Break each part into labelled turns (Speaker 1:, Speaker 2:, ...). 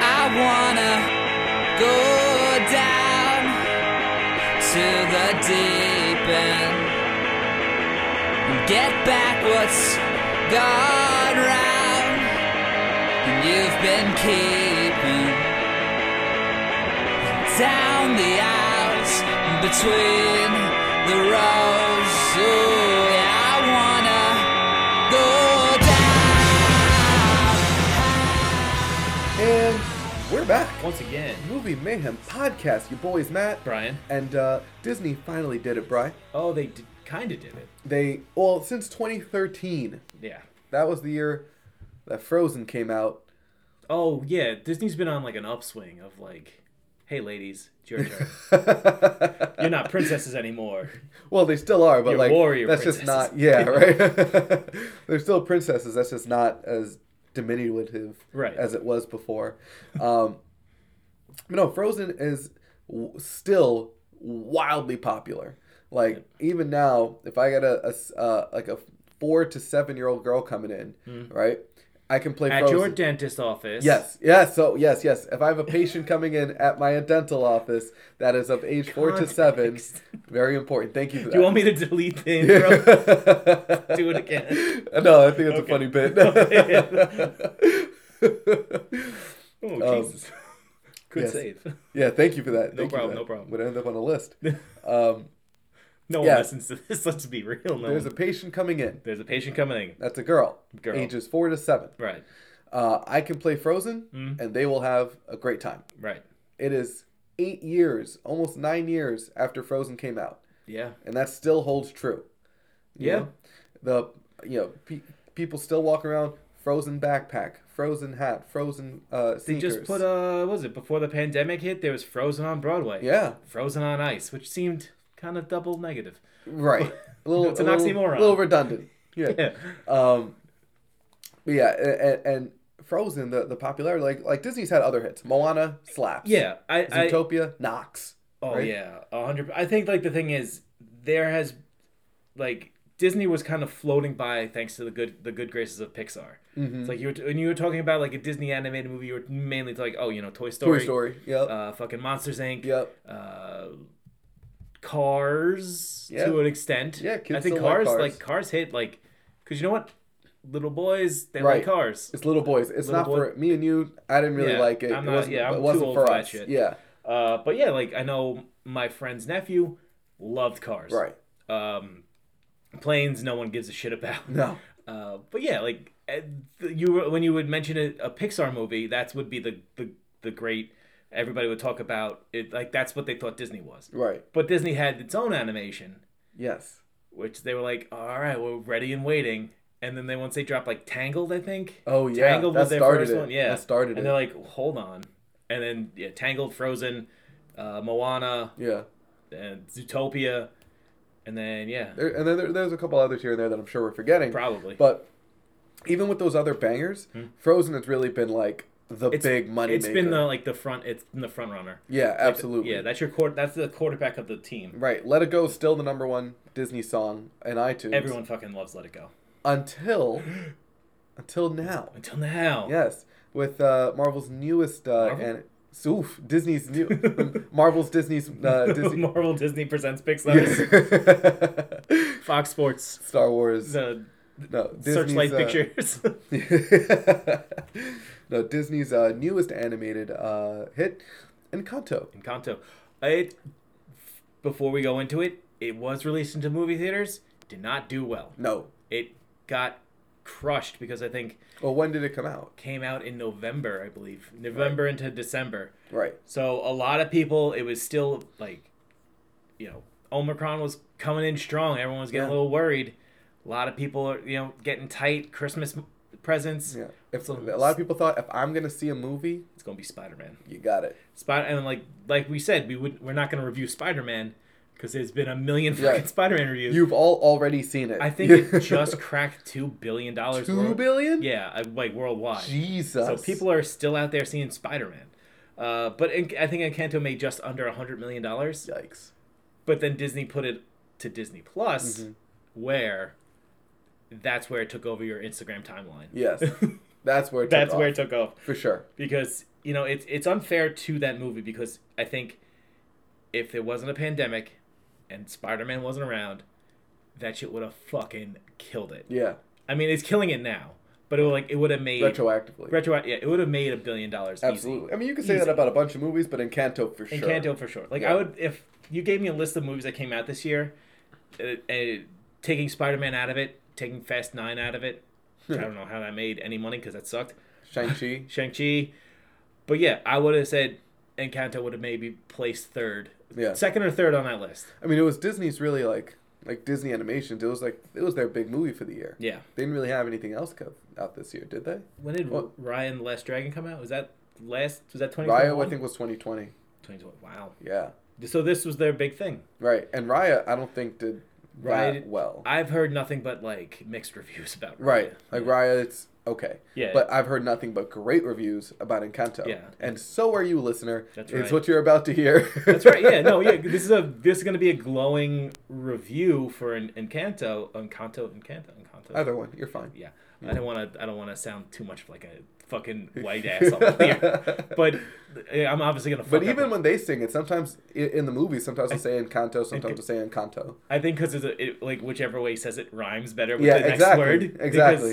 Speaker 1: wanna go down to the deep end and get back what's gone round and you've been keeping down the aisles and between the rows. Ooh, yeah, I wanna go down.
Speaker 2: And we're back.
Speaker 3: Once again,
Speaker 2: Movie Mayhem Podcast. Your boys, Matt.
Speaker 3: Brian.
Speaker 2: And uh, Disney finally did it, Bry.
Speaker 3: Oh, they did, kind of did it.
Speaker 2: They, well, since 2013,
Speaker 3: Yeah.
Speaker 2: that was the year that Frozen came out.
Speaker 3: Oh, yeah. Disney's been on like an upswing of like, hey, ladies, it's your turn. You're not princesses anymore.
Speaker 2: Well, they still are, but
Speaker 3: You're
Speaker 2: like
Speaker 3: warrior
Speaker 2: that's just not. Yeah, right. They're still princesses. That's just not as diminutive
Speaker 3: Right.
Speaker 2: as it was before. Um, but no, Frozen is w- still wildly popular. Like even now, if I got a, a s- uh, like a four to seven year old girl coming in, right, I can play
Speaker 3: Mm-hmm. At
Speaker 2: Frozen.
Speaker 3: your dentist office.
Speaker 2: Yes, yes, so yes, yes. If I have a patient coming in at my dental office that is of age four to seven,
Speaker 3: Context.
Speaker 2: very important. Thank you for that.
Speaker 3: Do you want me to delete the intro? Do it again.
Speaker 2: No, I think it's a
Speaker 3: Okay.
Speaker 2: funny bit.
Speaker 3: oh, Jesus. Good
Speaker 2: Um, yes.
Speaker 3: save.
Speaker 2: yeah, thank you for that. Thank you for
Speaker 3: problem,
Speaker 2: that.
Speaker 3: no problem.
Speaker 2: Would end up on a list.
Speaker 3: No one
Speaker 2: Yeah.
Speaker 3: listens to this. Let's be real. No
Speaker 2: There's a
Speaker 3: one-
Speaker 2: patient coming in.
Speaker 3: There's a patient coming in.
Speaker 2: That's a girl,
Speaker 3: Girl.
Speaker 2: ages four to seven.
Speaker 3: Right.
Speaker 2: Uh, I can play Frozen,
Speaker 3: Mm-hmm.
Speaker 2: and they will have a great time.
Speaker 3: Right.
Speaker 2: It is eight years, almost nine years after Frozen came out,
Speaker 3: Yeah.
Speaker 2: and that still holds true. You
Speaker 3: Yeah.
Speaker 2: know? the you know pe- people still walk around Frozen backpack, Frozen hat, Frozen uh,
Speaker 3: They
Speaker 2: sneakers.
Speaker 3: just put uh, what was it before the pandemic hit? There was Frozen on Broadway.
Speaker 2: yeah.
Speaker 3: Frozen on Ice, which seemed kind of double negative.
Speaker 2: Right. A little,
Speaker 3: It's an
Speaker 2: a little,
Speaker 3: oxymoron.
Speaker 2: A little redundant. Yeah.
Speaker 3: Yeah.
Speaker 2: Um. but yeah, and, and Frozen, the the popularity, like like Disney's had other hits. Moana slaps.
Speaker 3: Yeah. I. I
Speaker 2: Zootopia knocks.
Speaker 3: oh
Speaker 2: right?
Speaker 3: yeah. A hundred. I think like the thing is there has, like Disney was kind of floating by thanks to the good the good graces of Pixar.
Speaker 2: Mm-hmm.
Speaker 3: It's like you were t- when you were talking about like a Disney animated movie, you were mainly like oh you know Toy Story,
Speaker 2: Toy Story. Yep.
Speaker 3: uh, fucking Monsters Inc.
Speaker 2: yep.
Speaker 3: uh, Cars
Speaker 2: Yeah.
Speaker 3: to an extent.
Speaker 2: Yeah, kids
Speaker 3: I think
Speaker 2: still like
Speaker 3: cars,
Speaker 2: Cars.
Speaker 3: like cars hit like because you know what, little boys they
Speaker 2: Right.
Speaker 3: like cars.
Speaker 2: It's little boys. It's
Speaker 3: Little
Speaker 2: not for me and you. I didn't really
Speaker 3: Yeah,
Speaker 2: like it.
Speaker 3: I'm
Speaker 2: it
Speaker 3: not-
Speaker 2: wasn't,
Speaker 3: yeah, I'm
Speaker 2: it
Speaker 3: too
Speaker 2: wasn't
Speaker 3: old
Speaker 2: for
Speaker 3: for that
Speaker 2: us.
Speaker 3: shit.
Speaker 2: Yeah.
Speaker 3: Uh, but yeah, like I know my friend's nephew loved cars.
Speaker 2: Right.
Speaker 3: Um, planes, no one gives a shit about.
Speaker 2: No.
Speaker 3: Uh, but yeah, like eh, th- you were, when you would mention a, a Pixar movie, that would be the, the the great. Everybody would talk about it. Like that's what they thought Disney was.
Speaker 2: Right.
Speaker 3: But Disney had its own animation,
Speaker 2: Yes.
Speaker 3: which they were like, all right, we're ready and waiting. And then they once they dropped like Tangled, I think.
Speaker 2: Oh, yeah, that started it.
Speaker 3: Yeah,
Speaker 2: That started
Speaker 3: And
Speaker 2: it.
Speaker 3: they're like, hold on. And then yeah, Tangled, Frozen, uh, Moana,
Speaker 2: Yeah.
Speaker 3: and Zootopia, and then yeah,
Speaker 2: There, and then there, there's a couple others here and there that I'm sure we're forgetting.
Speaker 3: probably. Hmm.
Speaker 2: But even with those other bangers, Frozen has really been like the big money
Speaker 3: It's
Speaker 2: maker.
Speaker 3: been the like the front. It's been the front runner.
Speaker 2: yeah, absolutely.
Speaker 3: Yeah, that's your court. That's the quarterback of the team.
Speaker 2: right. Let It Go is still the number one Disney song in iTunes.
Speaker 3: Everyone fucking loves Let It Go.
Speaker 2: until until now.
Speaker 3: Until now.
Speaker 2: Yes, with uh, Marvel's newest uh,
Speaker 3: Marvel?
Speaker 2: and oof, Disney's new Marvel's Disney's uh, Disney.
Speaker 3: Marvel Disney presents Pixar,
Speaker 2: Yeah.
Speaker 3: Fox Sports,
Speaker 2: Star Wars.
Speaker 3: the
Speaker 2: no, Disney's,
Speaker 3: Searchlight
Speaker 2: uh,
Speaker 3: Pictures.
Speaker 2: no, Disney's uh, newest animated uh, hit, Encanto.
Speaker 3: Encanto. It before we go into it, it was released into movie theaters. Did not do well.
Speaker 2: No.
Speaker 3: It got crushed because I think
Speaker 2: Well, when did it come out?
Speaker 3: came out in November, I believe, November into December.
Speaker 2: Right.
Speaker 3: So a lot of people, it was still like, you know, Omicron was coming in strong. Everyone was getting
Speaker 2: Yeah.
Speaker 3: a little worried. A lot of people are, you know, getting tight Christmas m- presents.
Speaker 2: Yeah. If,
Speaker 3: So-
Speaker 2: a lot of people thought if I'm gonna see a movie,
Speaker 3: It's gonna be Spider Man.
Speaker 2: you got it.
Speaker 3: Spider and like like we said, we would we're not gonna review Spider Man because there's been a million
Speaker 2: Yeah.
Speaker 3: fucking Spider Man reviews.
Speaker 2: You've all already seen it.
Speaker 3: I think it just cracked two billion dollars.
Speaker 2: two billion.
Speaker 3: Yeah, I- like worldwide.
Speaker 2: Jesus.
Speaker 3: So people are still out there seeing Spider Man. Uh, but in, I think Encanto made just under a hundred million dollars.
Speaker 2: Yikes.
Speaker 3: But then Disney put it to Disney
Speaker 2: Mm-hmm.
Speaker 3: Plus, where that's where it took over your Instagram timeline.
Speaker 2: Yes. That's where it took
Speaker 3: That's where it
Speaker 2: off,
Speaker 3: took off
Speaker 2: for sure.
Speaker 3: because you know it's it's unfair to that movie because I think if there wasn't a pandemic and Spider Man wasn't around, that shit would have fucking killed it.
Speaker 2: Yeah,
Speaker 3: I mean, it's killing it now, but it would like it would have made
Speaker 2: retroactively.
Speaker 3: retro yeah it would have made a billion dollars easy.
Speaker 2: Absolutely. I mean, you could say
Speaker 3: Easy.
Speaker 2: that about a bunch of movies, but Encanto for
Speaker 3: And
Speaker 2: sure.
Speaker 3: Canto for sure. Like
Speaker 2: Yeah.
Speaker 3: I would if you gave me a list of movies that came out this year, uh, uh, taking Spider Man out of it, taking Fast Nine out of it. which I don't know how that made any money because that sucked.
Speaker 2: Shang-Chi.
Speaker 3: Shang Chi, but yeah, I would have said Encanto would have maybe placed third,
Speaker 2: Yeah.
Speaker 3: second or third on that list.
Speaker 2: I mean, it was Disney's really like like Disney Animations. It was like it was their big movie for the year.
Speaker 3: Yeah.
Speaker 2: They didn't really have anything else co- out this year, did they?
Speaker 3: When did
Speaker 2: Well-
Speaker 3: Ryan the Last Dragon come out? Was that last? Was that twenty?
Speaker 2: Raya, I think, was 2020.
Speaker 3: 2020. Wow.
Speaker 2: Yeah.
Speaker 3: So this was their big thing.
Speaker 2: Right. And Raya, I don't think did
Speaker 3: Raya-
Speaker 2: that well.
Speaker 3: I've heard nothing but like mixed reviews about.
Speaker 2: Right.
Speaker 3: Raya.
Speaker 2: Like Raya, it's okay.
Speaker 3: Yeah.
Speaker 2: But I've heard nothing but great reviews about Encanto.
Speaker 3: Yeah.
Speaker 2: And so are you, listener.
Speaker 3: That's
Speaker 2: It's
Speaker 3: right.
Speaker 2: what you're about to hear.
Speaker 3: That's right. Yeah. No. Yeah. This is a this is going to be a glowing review for an Encanto, Encanto, Encanto, Encanto.
Speaker 2: Either one. You're fine.
Speaker 3: Yeah. I don't want to. I don't want to sound too much like a fucking white asshole here. But eh, I'm obviously gonna. Fuck
Speaker 2: But
Speaker 3: up
Speaker 2: even
Speaker 3: a-
Speaker 2: when they sing it, sometimes i- in the movie, sometimes they say Encanto, sometimes they say Encanto.
Speaker 3: I think because it's a, it, like whichever way he says it rhymes better with
Speaker 2: Yeah,
Speaker 3: the next
Speaker 2: exactly.
Speaker 3: word.
Speaker 2: Exactly.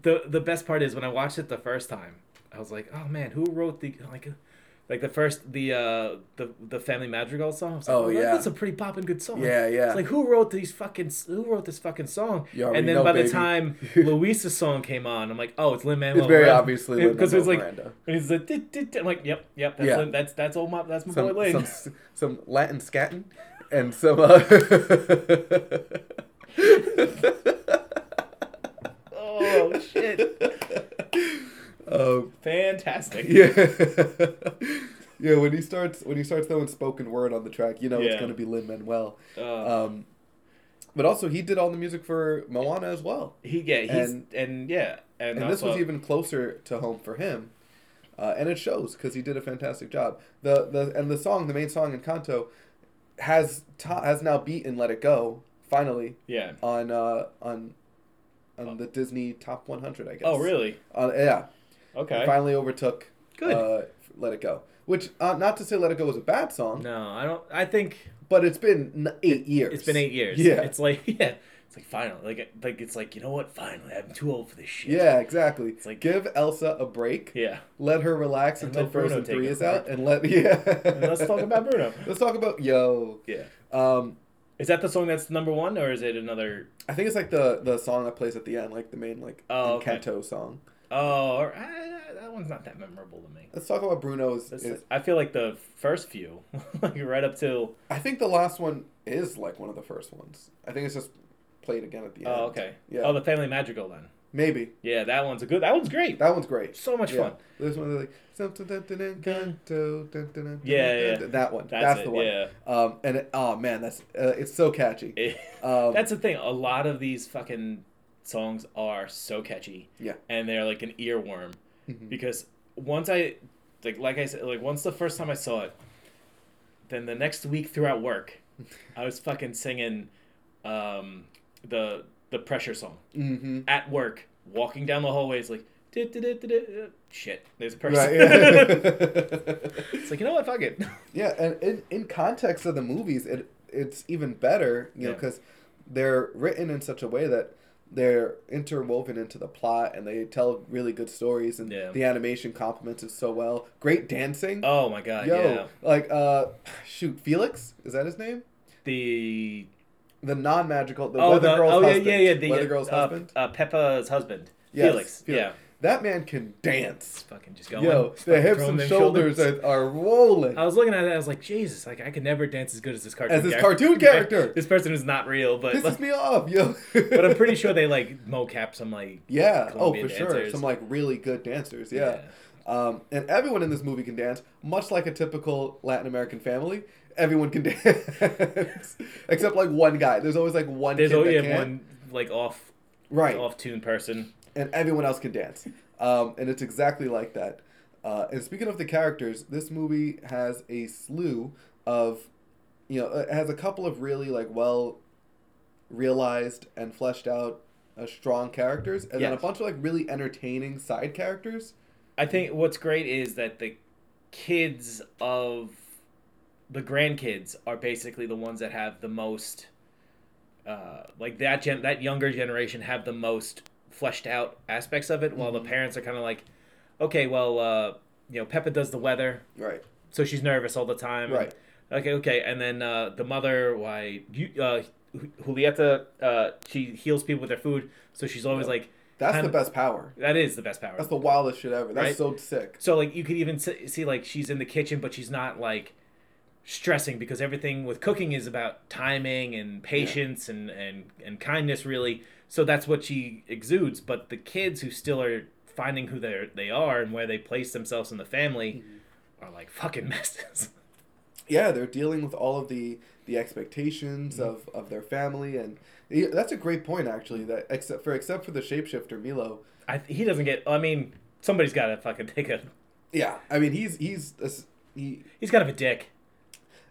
Speaker 3: Because The the best part is when I watched it the first time, I was like, oh man, who wrote the like. Like the first, the uh, the the Family Madrigal song. I was like,
Speaker 2: Oh,
Speaker 3: "Well, that-
Speaker 2: yeah.
Speaker 3: that's a pretty poppin' good song.
Speaker 2: Yeah, yeah.
Speaker 3: It's like who wrote these fucking, s- who wrote this fucking song?
Speaker 2: You already
Speaker 3: and then
Speaker 2: know,
Speaker 3: by
Speaker 2: baby.
Speaker 3: the time Luisa's song came on, I'm like, oh, it's Lin Manuel.
Speaker 2: It's very obviously
Speaker 3: because it's
Speaker 2: Lin-Manuel
Speaker 3: like,
Speaker 2: Miranda.
Speaker 3: and he's like, dit, dit, dit. I'm like, yep, yep, that's
Speaker 2: Yeah.
Speaker 3: Lin- that's that's old my that's my
Speaker 2: Some,
Speaker 3: boy Lin.
Speaker 2: some, s- some Latin scatting and some. Uh...
Speaker 3: oh shit, Oh,
Speaker 2: um,
Speaker 3: fantastic.
Speaker 2: yeah. yeah, when he starts when he starts throwing spoken word on the track, you know it's
Speaker 3: Yeah.
Speaker 2: going to be Lin Manuel.
Speaker 3: Uh,
Speaker 2: Um, but also, he did all the music for Moana as well.
Speaker 3: He yeah he's
Speaker 2: And-
Speaker 3: and, yeah and,
Speaker 2: And this was
Speaker 3: also-
Speaker 2: even closer to home for him. Uh, and it shows because he did a fantastic job. The the and the song, the main song in Kanto, has ta- has now beaten "Let It Go" finally
Speaker 3: yeah.
Speaker 2: on uh, on on the Disney Top 100. I guess.
Speaker 3: Oh really?
Speaker 2: Uh, yeah,
Speaker 3: Okay.
Speaker 2: it finally overtook.
Speaker 3: Good.
Speaker 2: Uh, "Let It Go," which uh, not to say "Let It Go" was a bad song,
Speaker 3: No, I don't. I think
Speaker 2: but it's been n- eight years.
Speaker 3: it's been eight years.
Speaker 2: Yeah.
Speaker 3: It's like yeah. It's like finally like like it's like you know what? Finally, I'm too old for this shit.
Speaker 2: Yeah, exactly.
Speaker 3: like-
Speaker 2: give Elsa a break.
Speaker 3: Yeah.
Speaker 2: Let her relax
Speaker 3: And
Speaker 2: until
Speaker 3: let Bruno
Speaker 2: Frozen
Speaker 3: take
Speaker 2: Three
Speaker 3: it.
Speaker 2: is out, and let yeah.
Speaker 3: And let's talk about Bruno.
Speaker 2: Let's talk about yo.
Speaker 3: Yeah.
Speaker 2: Um,
Speaker 3: Is that the song that's number one or is it another?
Speaker 2: I think it's like the the song that plays at the end, like the main like
Speaker 3: Oh, okay.
Speaker 2: Encanto song.
Speaker 3: Oh, or, I, that one's not that memorable to me.
Speaker 2: Let's talk about Bruno's.
Speaker 3: That's-
Speaker 2: Is,
Speaker 3: I feel like the first few, like right up till
Speaker 2: I think the last one is like one of the first ones. I think it's just played again at the end.
Speaker 3: oh okay
Speaker 2: Yeah.
Speaker 3: oh the Family Madrigal then
Speaker 2: Maybe
Speaker 3: yeah that one's a good that one's great
Speaker 2: that one's great.
Speaker 3: so much
Speaker 2: Yeah.
Speaker 3: fun
Speaker 2: This one like something dun, dun, dun, Encanto, dun, dun, dun,
Speaker 3: Yeah,
Speaker 2: dun,
Speaker 3: yeah.
Speaker 2: dun, dun. That one. That's,
Speaker 3: That's it,
Speaker 2: the one.
Speaker 3: yeah.
Speaker 2: Um, and it, oh man, that's uh, it's so catchy.
Speaker 3: It-
Speaker 2: Um,
Speaker 3: That's the thing. A lot of these fucking songs are so catchy,
Speaker 2: yeah.
Speaker 3: and they're like an earworm.
Speaker 2: Mm-hmm.
Speaker 3: Because once I, like, like I said, like once the first time I saw it, then the next week throughout work, I was fucking singing, um, the the pressure song
Speaker 2: Mm-hmm.
Speaker 3: at work, walking down the hallways, like, "Du-du-du-du-du." shit, there's a person.
Speaker 2: Right. Yeah.
Speaker 3: it's like you know what, fuck it.
Speaker 2: yeah, and in, in context of the movies, it it's even better, you know,
Speaker 3: Yeah.
Speaker 2: because they're written in such a way that they're interwoven into the plot and they tell really good stories and
Speaker 3: Yeah.
Speaker 2: the animation complements it so well. Great dancing.
Speaker 3: oh my god,
Speaker 2: Yo,
Speaker 3: yeah.
Speaker 2: like uh shoot, Felix? Is that his name?
Speaker 3: The
Speaker 2: The non magical the
Speaker 3: oh
Speaker 2: weather
Speaker 3: the
Speaker 2: girl's
Speaker 3: oh
Speaker 2: husband.
Speaker 3: yeah yeah yeah the
Speaker 2: weather
Speaker 3: uh,
Speaker 2: girl's
Speaker 3: uh,
Speaker 2: husband.
Speaker 3: uh, Peppa's husband,
Speaker 2: Yes,
Speaker 3: Felix. Yeah.
Speaker 2: That man can dance.
Speaker 3: fucking just going.
Speaker 2: Yo,
Speaker 3: Just
Speaker 2: the
Speaker 3: fucking
Speaker 2: hips
Speaker 3: throwing
Speaker 2: and
Speaker 3: them
Speaker 2: shoulders, Are, are rolling.
Speaker 3: I was looking at it. I was like, Jesus, like I could never dance as good as this cartoon.
Speaker 2: As this
Speaker 3: char-
Speaker 2: cartoon character.
Speaker 3: this person is not real, but
Speaker 2: Pisses me off, yo.
Speaker 3: but I'm pretty sure they like mocap some like
Speaker 2: Yeah.
Speaker 3: Colombian
Speaker 2: oh, for sure.
Speaker 3: dancers.
Speaker 2: Some like really good dancers. Yeah. Um, and everyone in this movie can dance, much like a typical Latin American family. Everyone can dance, except like one guy. There's always like one
Speaker 3: there's
Speaker 2: kid
Speaker 3: only
Speaker 2: that can.
Speaker 3: one like off
Speaker 2: right,
Speaker 3: off tune person.
Speaker 2: and everyone else can dance. Um, and it's exactly like that. Uh, and speaking of the characters, this movie has a slew of, you know, it has a couple of really like well realized and fleshed out uh, strong characters, and then a
Speaker 3: Yes.
Speaker 2: bunch of like really entertaining side characters.
Speaker 3: I think what's great is that the kids of the grandkids are basically the ones that have the most, uh, like that gen that younger generation have the most fleshed out aspects of it, while
Speaker 2: Mm-hmm.
Speaker 3: the parents are kind of like, okay, well, uh, you know, Peppa does the weather,
Speaker 2: Right.
Speaker 3: so she's nervous all the time.
Speaker 2: Right.
Speaker 3: Okay, okay, and then uh, the mother, why you, uh, Ju- Julieta, uh, she heals people with their food, so she's always
Speaker 2: Yeah.
Speaker 3: like,
Speaker 2: That's
Speaker 3: Kinda-
Speaker 2: the best power.
Speaker 3: that is the best power.
Speaker 2: That's the wildest shit ever. That's
Speaker 3: Right.
Speaker 2: so sick.
Speaker 3: So like you could even se- see like she's in the kitchen, but she's not like stressing because everything with cooking is about timing and patience and, and and kindness really. So that's what she exudes. But the kids who still are finding who they are they are and where they place themselves in the family
Speaker 2: Mm-hmm.
Speaker 3: are like fucking messes.
Speaker 2: Yeah, they're dealing with all of the the expectations
Speaker 3: Mm-hmm.
Speaker 2: of of their family, and yeah, that's a great point actually. That except for except for the shapeshifter Milo.
Speaker 3: I, he doesn't get. I mean, somebody's got to fucking take a.
Speaker 2: Yeah, I mean he's he's a s he.
Speaker 3: He's kind of a dick.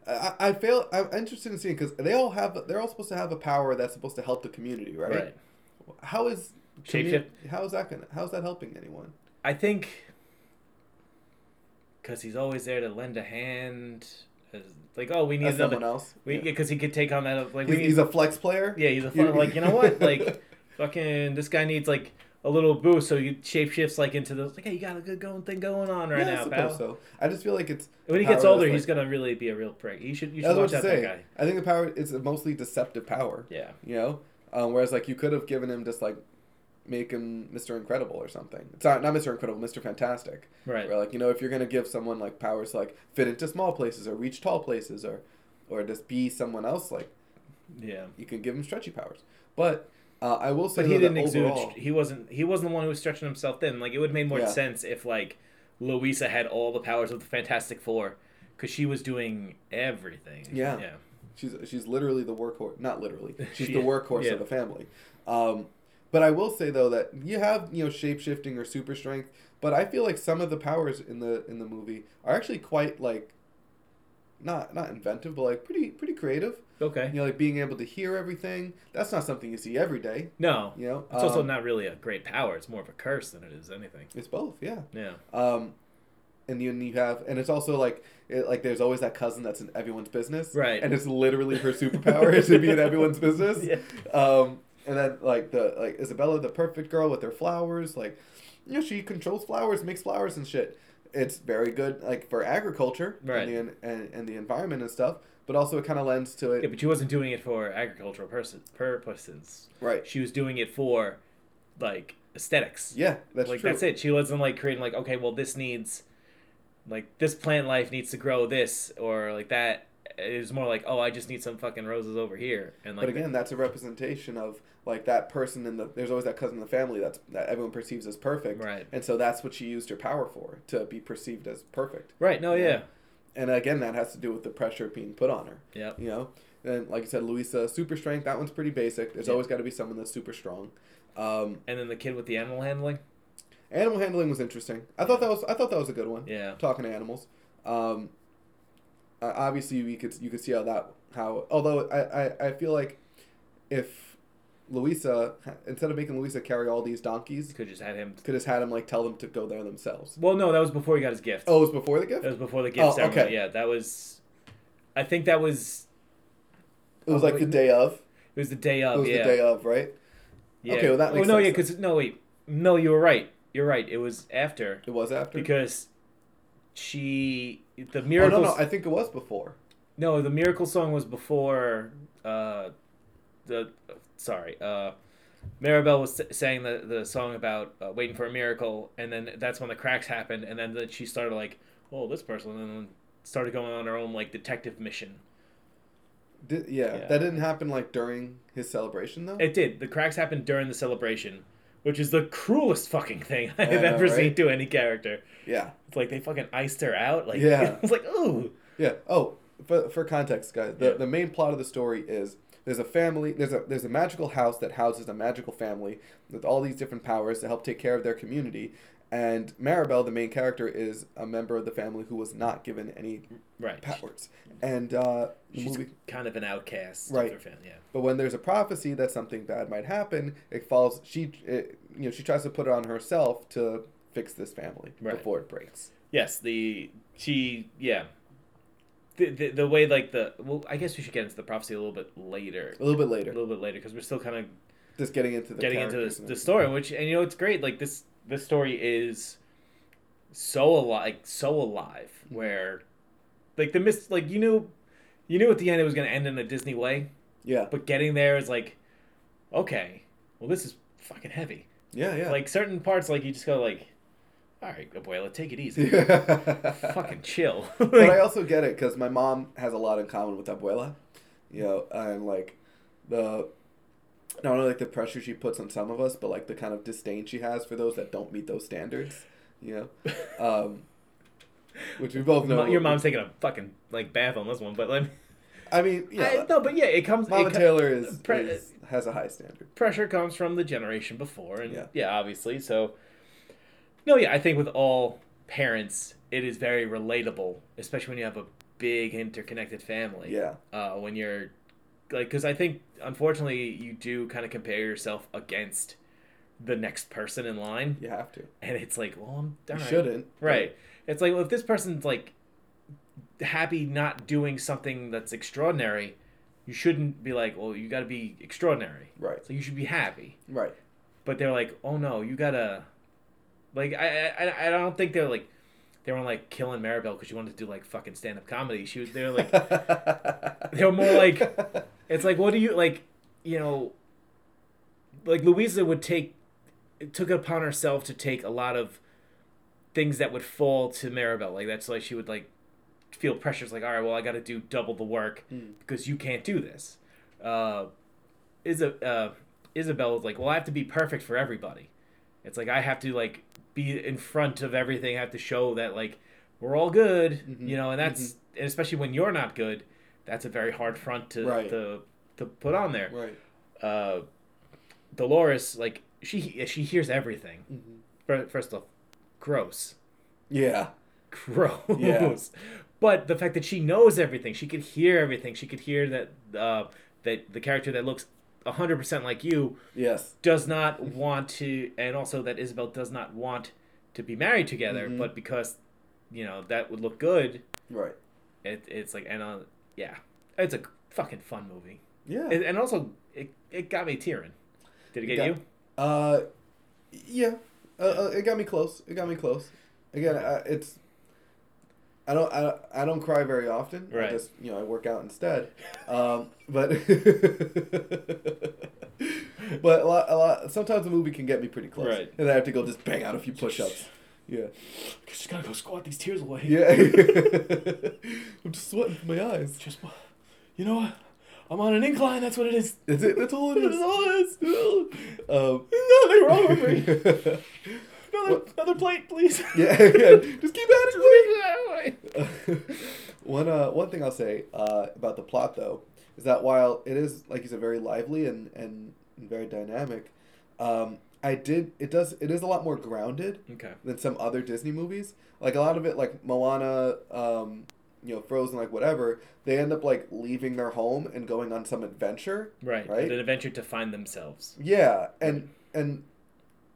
Speaker 2: I, I feel I'm interested in seeing because they all have they're all supposed to have a power that's supposed to help the community, right? How is
Speaker 3: Shapeshift-
Speaker 2: commu- How is that gonna? How is that helping anyone?
Speaker 3: I think because he's always there to lend a hand. as- Like, oh, we need
Speaker 2: As someone
Speaker 3: another.
Speaker 2: else.
Speaker 3: We
Speaker 2: yeah.
Speaker 3: because he could take on that. of, Like,
Speaker 2: he's,
Speaker 3: we
Speaker 2: he's
Speaker 3: need,
Speaker 2: a flex player.
Speaker 3: yeah, he's a fun, like you know what like fucking this guy needs like a little boost. So you shapeshifts like into those like hey, you got a good going thing going on right
Speaker 2: yeah, I
Speaker 3: now,
Speaker 2: suppose
Speaker 3: pal.
Speaker 2: so. I just feel like it's
Speaker 3: When he
Speaker 2: power
Speaker 3: gets
Speaker 2: that's
Speaker 3: older,
Speaker 2: like-
Speaker 3: he's gonna really be a real prick. You should you should
Speaker 2: That's
Speaker 3: watch
Speaker 2: what I
Speaker 3: out that guy.
Speaker 2: say. I think the power is a mostly deceptive power.
Speaker 3: Yeah,
Speaker 2: You know, um, whereas like you could have given him just like make him Mr. Incredible or something. It's not not Mr. Incredible, Mr. Fantastic.
Speaker 3: right.
Speaker 2: Where like you know if you're gonna give someone like powers to, like fit into small places or reach tall places or or just be someone else like
Speaker 3: Yeah,
Speaker 2: you can give him stretchy powers. But uh, I will say
Speaker 3: but he
Speaker 2: though, that
Speaker 3: didn't exude.
Speaker 2: overall,
Speaker 3: He wasn't. He wasn't the one who was stretching himself thin. Like it would have made more
Speaker 2: Yeah.
Speaker 3: sense if like Louisa had all the powers of the Fantastic Four, because she was doing everything.
Speaker 2: Yeah.
Speaker 3: Yeah.
Speaker 2: She's she's literally the workhorse. Not literally. She's
Speaker 3: She-
Speaker 2: the workhorse
Speaker 3: yeah.
Speaker 2: of the family. Um, but I will say though that you have you know shape shifting or super strength, but I feel like some of the powers in the in the movie are actually quite like, not not inventive, but like pretty pretty creative.
Speaker 3: Okay.
Speaker 2: You know, like being able to hear everything. That's not something you see every day.
Speaker 3: No.
Speaker 2: You know,
Speaker 3: It's also
Speaker 2: Um,
Speaker 3: not really a great power. It's more of a curse than it is anything.
Speaker 2: It's both, yeah.
Speaker 3: Yeah.
Speaker 2: Um, and you, and you have, and it's also like, it, like there's always that cousin that's in everyone's business,
Speaker 3: Right.
Speaker 2: And it's literally her superpower is to be in everyone's business.
Speaker 3: Yeah.
Speaker 2: Um, and then like the like Isabella, the perfect girl with her flowers, like, you know, she controls flowers, makes flowers and shit. It's very good, like for agriculture
Speaker 3: Right.
Speaker 2: and, the, en- and and the environment and stuff, but also it kind of lends to it,
Speaker 3: Yeah, but she wasn't doing it for agricultural person purposes.
Speaker 2: right?
Speaker 3: She was doing it for like aesthetics.
Speaker 2: Yeah, that's
Speaker 3: like
Speaker 2: true.
Speaker 3: that's it. She wasn't like creating like okay, well this needs like this plant life needs to grow this or like that. It was more like oh, I just need some fucking roses over here and like
Speaker 2: but again, that's a representation of like that person in the. There's always that cousin in the family that's that everyone perceives as perfect,
Speaker 3: Right.
Speaker 2: And so that's what she used her power for to be perceived as perfect.
Speaker 3: right, no, yeah,
Speaker 2: And again, that has to do with the pressure being put on her.
Speaker 3: yeah.
Speaker 2: You know, and like you said, Louisa, super strength. That one's pretty basic. There's
Speaker 3: Yeah.
Speaker 2: always got to be someone that's super strong. Um,
Speaker 3: And then the kid with the animal handling.
Speaker 2: animal handling was interesting. I thought that was I thought that was a good one.
Speaker 3: Yeah.
Speaker 2: Talking to animals. Um, uh, obviously, you could you could see how that how although I, I, I feel like if Louisa instead of making Louisa carry all these donkeys,
Speaker 3: Could just had him.
Speaker 2: could just had him like tell them to go there themselves.
Speaker 3: Well, no, that was before he got his gift.
Speaker 2: Oh, it was before the gift.
Speaker 3: That was before the
Speaker 2: Oh,
Speaker 3: gift ceremony.
Speaker 2: okay.
Speaker 3: Yeah, that was. I think that was
Speaker 2: It was like the day of.
Speaker 3: it was the day
Speaker 2: It
Speaker 3: of.
Speaker 2: was
Speaker 3: yeah.
Speaker 2: the day of, right?
Speaker 3: Yeah.
Speaker 2: Okay, well, that makes
Speaker 3: oh, no,
Speaker 2: sense
Speaker 3: yeah, because no, wait, no, you were right. You're right. It was after
Speaker 2: It was after.
Speaker 3: because she the
Speaker 2: oh,
Speaker 3: miracles.
Speaker 2: no, no, I think it was before.
Speaker 3: No, the miracle song was before. Uh, the sorry, uh, Maribel was s- saying the the song about uh, waiting for a miracle, and then that's when the cracks happened, and then that she started like, oh, this person, and then started going on her own like detective mission.
Speaker 2: Did, yeah,
Speaker 3: Yeah.
Speaker 2: that didn't happen like during his celebration though.
Speaker 3: It did. The cracks happened during the celebration, which is the cruelest fucking thing I've
Speaker 2: know,
Speaker 3: ever seen
Speaker 2: right?
Speaker 3: to any character.
Speaker 2: yeah.
Speaker 3: It's like they fucking iced her out. Like
Speaker 2: Yeah.
Speaker 3: it's like ooh.
Speaker 2: Yeah. Oh, for, for context, guys, the,
Speaker 3: Yeah.
Speaker 2: the main plot of the story is there's a family, there's a there's a magical house that houses a magical family with all these different powers to help take care of their community, And Maribel, the main character, is a member of the family who was not given any
Speaker 3: Right.
Speaker 2: powers. And uh, the
Speaker 3: She's
Speaker 2: movie,
Speaker 3: kind of an outcast.
Speaker 2: Right.
Speaker 3: Of her family. Yeah.
Speaker 2: but when there's a prophecy that something bad might happen, it falls. She, it, you know, she tries to put it on herself to fix this family
Speaker 3: Right.
Speaker 2: before it breaks.
Speaker 3: Yes. The she. Yeah. The, the, the way like the well I guess we should get into the prophecy a little bit later
Speaker 2: A little bit
Speaker 3: a
Speaker 2: later,
Speaker 3: little bit later because we're still kind of
Speaker 2: just getting into the
Speaker 3: getting into
Speaker 2: characters
Speaker 3: this
Speaker 2: and
Speaker 3: the
Speaker 2: everything.
Speaker 3: story, which and you know it's great. Like this this story is so alive, so alive.
Speaker 2: Mm-hmm.
Speaker 3: Where like the mist, like you knew, you knew at the end it was going to end in a Disney way,
Speaker 2: Yeah,
Speaker 3: but getting there is like, okay, well this is fucking heavy.
Speaker 2: yeah, yeah.
Speaker 3: Like certain parts, like you just go like, all right, abuela, take it easy, fucking chill.
Speaker 2: but I
Speaker 3: Like,
Speaker 2: also get it because my mom has a lot in common with Abuela, you know, and like the not only like the pressure she puts on some of us, but like the kind of disdain she has for those that don't meet those standards, you know, um, which we both know.
Speaker 3: your mom's taking a fucking like bath on this one, but like,
Speaker 2: I mean, yeah,
Speaker 3: I, no, but yeah, it comes. it
Speaker 2: Mama
Speaker 3: co-
Speaker 2: Taylor is,
Speaker 3: pre-
Speaker 2: is has a high standard.
Speaker 3: pressure comes from the generation before and
Speaker 2: Yeah.
Speaker 3: yeah. obviously so no yeah i think with all parents it is very relatable especially when you have a big interconnected family
Speaker 2: Yeah,
Speaker 3: uh, when you're like because i think unfortunately you do kind of compare yourself against the next person in line
Speaker 2: you have to. You
Speaker 3: and it's like well i'm all right.
Speaker 2: shouldn't.
Speaker 3: right it's like well if this person's like happy not doing something that's extraordinary you shouldn't be like well you got to be extraordinary
Speaker 2: Right.
Speaker 3: so you should be happy.
Speaker 2: Right.
Speaker 3: But they're like, oh no, you gotta, like, I I- I, I don't think they're like, they weren't like killing Maribel because she wanted to do like fucking stand up comedy. She was they're like,
Speaker 2: they
Speaker 3: were more like- it's like, what do you like, you know, like Louisa would take, took it upon herself to take a lot of things that would fall to Maribel. Like that's like she would like feel pressures like, all right, well I got to do double the work because you can't do this. Uh, is uh, Isabel was like, well I have to be perfect for everybody. It's like I have to like be in front of everything. I have to show that like we're all good, you know, and that's and especially when you're not good, that's a very hard front to
Speaker 2: Right.
Speaker 3: to, to put on there.
Speaker 2: right.
Speaker 3: Uh, Dolores like she she hears everything.
Speaker 2: Mm-hmm.
Speaker 3: Fir- First off, gross,
Speaker 2: Yeah.
Speaker 3: gross.
Speaker 2: Yeah.
Speaker 3: But the fact that she knows everything, she could hear everything. She could hear that uh, that the character that looks hundred percent like you
Speaker 2: Yes.
Speaker 3: does not
Speaker 2: Mm-hmm.
Speaker 3: want to, and also that Isabel does not want to be married together,
Speaker 2: Mm-hmm.
Speaker 3: but because you know that would look good,
Speaker 2: Right.
Speaker 3: it, it's like and uh, yeah, it's a fucking fun movie,
Speaker 2: Yeah.
Speaker 3: and, and also it, it got me tearing. Did it get
Speaker 2: Yeah.
Speaker 3: you?
Speaker 2: Uh, yeah. Uh, uh, it got me close. It got me close. Again, I, it's. I don't. I, don't- I don't cry very often. I
Speaker 3: Right.
Speaker 2: just you know I work out instead. Um, but. but a lot, a lot. Sometimes a movie can get me pretty close,
Speaker 3: Right.
Speaker 2: and I have to go just bang out a few push-ups. Yeah.
Speaker 3: Just gotta go squat these tears away.
Speaker 2: Yeah. I'm just sweating from my eyes.
Speaker 3: Just you know what? I'm on an incline. That's what it is.
Speaker 2: That's it. That's all it is. Um,
Speaker 3: Nothing wrong with me. Another,
Speaker 2: What-
Speaker 3: another plate, please.
Speaker 2: yeah, yeah. Just keep at it.
Speaker 3: Yeah.
Speaker 2: one uh, one thing I'll say uh, about the plot though is that while it is like you said very lively and and very dynamic, um, I did it does it is a lot more grounded
Speaker 3: okay.
Speaker 2: than some other Disney movies. Like a lot of it, like Moana, um, you know, Frozen, like whatever, they end up like leaving their home and going on some adventure.
Speaker 3: Right.
Speaker 2: Right?
Speaker 3: An adventure to find themselves.
Speaker 2: Yeah, and and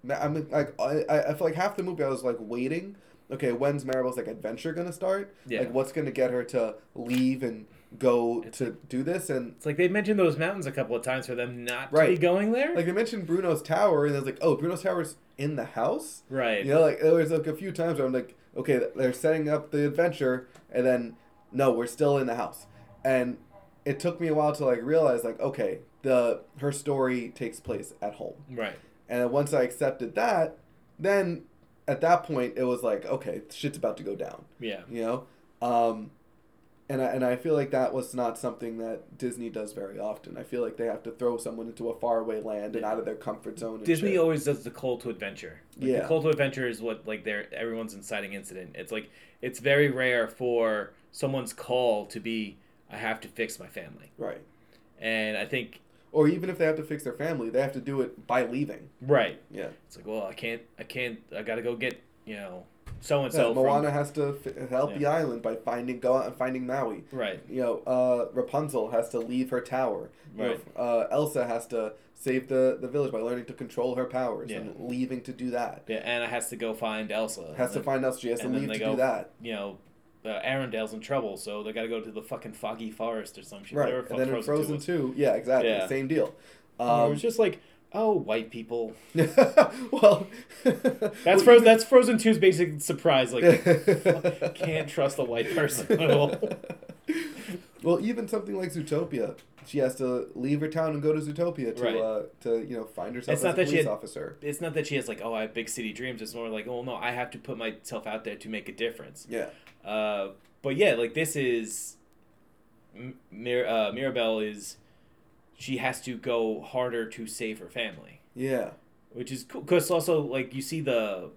Speaker 2: ma- I'm like I I I feel like half the movie I was like waiting. Okay, when's Maribel's like adventure gonna start?
Speaker 3: Yeah.
Speaker 2: Like what's gonna get her to leave and go to do this? And
Speaker 3: It's like they mentioned those mountains a couple of times for them not to be
Speaker 2: Right.
Speaker 3: going there.
Speaker 2: like they mentioned Bruno's tower, and I was like, oh, Bruno's tower's in the house.
Speaker 3: right.
Speaker 2: You know, like there was like a few times where I'm like, okay, they're setting up the adventure, and then no, we're still in the house, and it took me a while to like realize like, okay, the her story takes place at home.
Speaker 3: Right.
Speaker 2: And then once I accepted that, then at that point it was like, okay, shit's about to go down,
Speaker 3: Yeah.
Speaker 2: you know. Um, and I and I feel like that was not something that Disney does very often. I feel like they have to throw someone into a faraway land and out of their comfort zone. And
Speaker 3: Disney
Speaker 2: shit.
Speaker 3: always does the call to adventure. Like,
Speaker 2: Yeah.
Speaker 3: The call to adventure is what like their everyone's inciting incident. It's like it's very rare for someone's call to be I have to fix my family.
Speaker 2: right,
Speaker 3: And I think
Speaker 2: Or even if they have to fix their family, they have to do it by leaving.
Speaker 3: Right.
Speaker 2: Yeah.
Speaker 3: It's like, well, I can't, I can't, I gotta go get, you know, so and
Speaker 2: So
Speaker 3: so.
Speaker 2: Moana has to f- help the
Speaker 3: Yeah.
Speaker 2: island by finding go out and finding Maui.
Speaker 3: Right.
Speaker 2: You know, uh, Rapunzel has to leave her tower. You know,
Speaker 3: Right.
Speaker 2: uh, Elsa has to save the, the village by learning to control her powers
Speaker 3: Yeah.
Speaker 2: and leaving to do that.
Speaker 3: Yeah, Anna has to go find Elsa.
Speaker 2: Has to
Speaker 3: And
Speaker 2: find Elsa. She has to
Speaker 3: and then
Speaker 2: leave
Speaker 3: they
Speaker 2: to
Speaker 3: go-
Speaker 2: do that.
Speaker 3: you know, uh, Arendelle's in trouble, so they got to go to the fucking foggy forest or some shit.
Speaker 2: Right.
Speaker 3: They were
Speaker 2: And then in
Speaker 3: Frozen
Speaker 2: Frozen
Speaker 3: was.
Speaker 2: 2, yeah, exactly.
Speaker 3: Yeah.
Speaker 2: Same deal.
Speaker 3: And it
Speaker 2: Um,
Speaker 3: was just like, oh, white people.
Speaker 2: well,
Speaker 3: That's
Speaker 2: well,
Speaker 3: Frozen. That's Frozen 2's basic surprise. Like,
Speaker 2: even-
Speaker 3: can't trust a white person at all.
Speaker 2: well, even something like Zootopia, she has to leave her town and go to Zootopia to
Speaker 3: Right.
Speaker 2: uh, to you know find herself
Speaker 3: It's
Speaker 2: as
Speaker 3: not
Speaker 2: a
Speaker 3: that she
Speaker 2: police
Speaker 3: had-
Speaker 2: officer.
Speaker 3: It's not that she has like, oh, I have big city dreams. It's more like, oh no, I have to put myself out there to make a difference.
Speaker 2: Yeah,
Speaker 3: Uh, but yeah, like this is M- Mir- uh, Mirabelle is she has to go harder to save her family,
Speaker 2: yeah,
Speaker 3: which is cool because also like you see the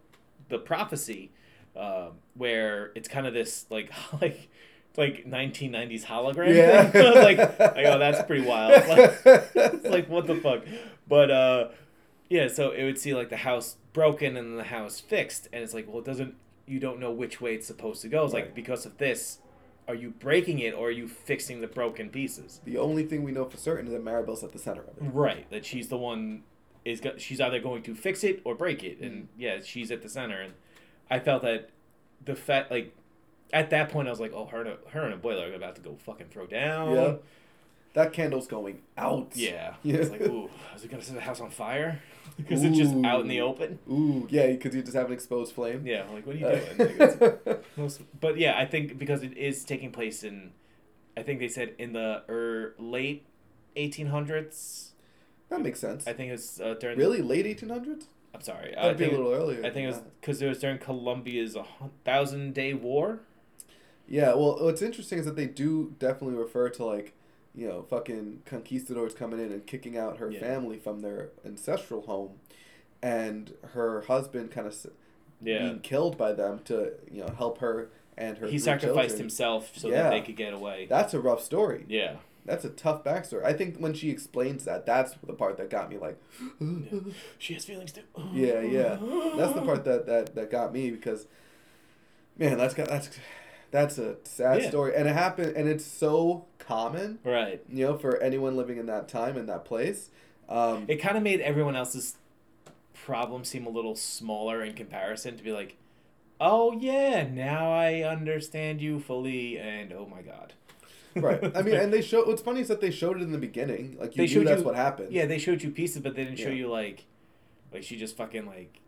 Speaker 3: the prophecy uh, where it's kind of this like like like 1990s hologram
Speaker 2: yeah.
Speaker 3: thing. like like oh that's pretty wild like, it's like what the fuck but uh yeah so it would see like the house broken and the house fixed and it's like well it doesn't you don't know which way it's supposed to go it's
Speaker 2: Right.
Speaker 3: like because of this are you breaking it or are you fixing the broken pieces
Speaker 2: the only thing we know for certain is that Maribel's at the center of it.
Speaker 3: right that she's the one is go- she's either going to fix it or break it
Speaker 2: Mm.
Speaker 3: and yeah she's at the center and i felt that the fact like at that point i was like oh her and a, her and a boiler are about to go fucking throw down
Speaker 2: Yeah. That candle's going out.
Speaker 3: Yeah.
Speaker 2: Yeah.
Speaker 3: It's like, ooh, is it gonna set the house on fire? Because it's just out in the
Speaker 2: Ooh.
Speaker 3: open.
Speaker 2: Ooh, yeah, because you just have an exposed flame.
Speaker 3: Yeah, like what are you
Speaker 2: Uh,
Speaker 3: doing? Like, it's most, but yeah, I think because it is taking place in, I think they said in the er, late 1800s.
Speaker 2: that makes sense.
Speaker 3: I think it was uh, during.
Speaker 2: Really, late 1800s?
Speaker 3: I'm sorry. I
Speaker 2: That'd be a
Speaker 3: think,
Speaker 2: little earlier.
Speaker 3: I
Speaker 2: than
Speaker 3: think it was
Speaker 2: that.
Speaker 3: because it was during Columbia's a hun- Thousand Day War.
Speaker 2: Yeah, well, what's interesting is that they do definitely refer to like, you know, fucking conquistadors coming in and kicking out her
Speaker 3: Yeah.
Speaker 2: family from their ancestral home, and her husband kind of
Speaker 3: Yeah.
Speaker 2: being killed by them to you know help her and her.
Speaker 3: He
Speaker 2: three
Speaker 3: sacrificed
Speaker 2: children.
Speaker 3: himself so
Speaker 2: Yeah.
Speaker 3: that they could get away.
Speaker 2: That's a rough story.
Speaker 3: yeah.
Speaker 2: That's a tough backstory. I think when she explains that, that's the part that got me like,
Speaker 3: She has feelings too.
Speaker 2: yeah, yeah. That's the part that that that got me because, man, that's got that's that's a sad
Speaker 3: Yeah.
Speaker 2: story, and it happened, and it's so common.
Speaker 3: Right.
Speaker 2: you know, for anyone living in that time in that place. Um,
Speaker 3: it kind of made everyone else's problem seem a little smaller in comparison to be like oh yeah now i understand you fully and oh my god
Speaker 2: right. I mean, and they show. What's funny is that they showed it in the beginning. Like you
Speaker 3: They
Speaker 2: knew
Speaker 3: showed
Speaker 2: that's
Speaker 3: you-
Speaker 2: what happened.
Speaker 3: yeah they showed you pieces but they didn't show
Speaker 2: Yeah.
Speaker 3: you like like she just fucking like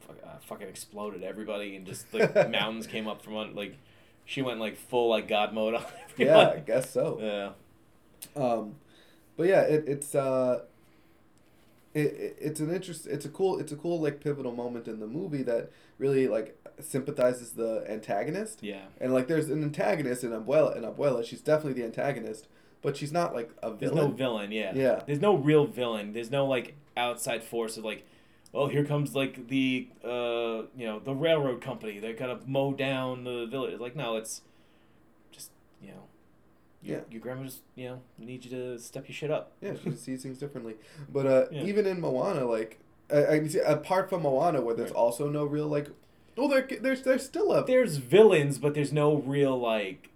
Speaker 3: fuck, uh, fucking exploded everybody and just like mountains came up from un- like she went like full like god mode on
Speaker 2: Yeah, I
Speaker 3: everyone. Uh,
Speaker 2: guess so.
Speaker 3: yeah
Speaker 2: Um, but yeah, it, it's uh, it, it, it's an interest. It's a cool. It's a cool like pivotal moment in the movie that really like sympathizes the antagonist.
Speaker 3: yeah
Speaker 2: And like, there's an antagonist in Abuela. In Abuela, she's definitely the antagonist, but she's not like a
Speaker 3: There's
Speaker 2: villain.
Speaker 3: no villain, yeah.
Speaker 2: Yeah.
Speaker 3: There's no real villain. There's no like outside force of like, oh, here comes like the uh you know the railroad company. They're gonna mow down the village. Like no, it's just you know
Speaker 2: yeah.
Speaker 3: your grandma just you know needs you to step your shit up.
Speaker 2: Yeah, she sees things differently. But uh,
Speaker 3: Yeah.
Speaker 2: even in Moana, like, I, I can see, apart from Moana, where there's
Speaker 3: Right.
Speaker 2: also no real like, well, there there's there's still a
Speaker 3: There's villains, but there's no real like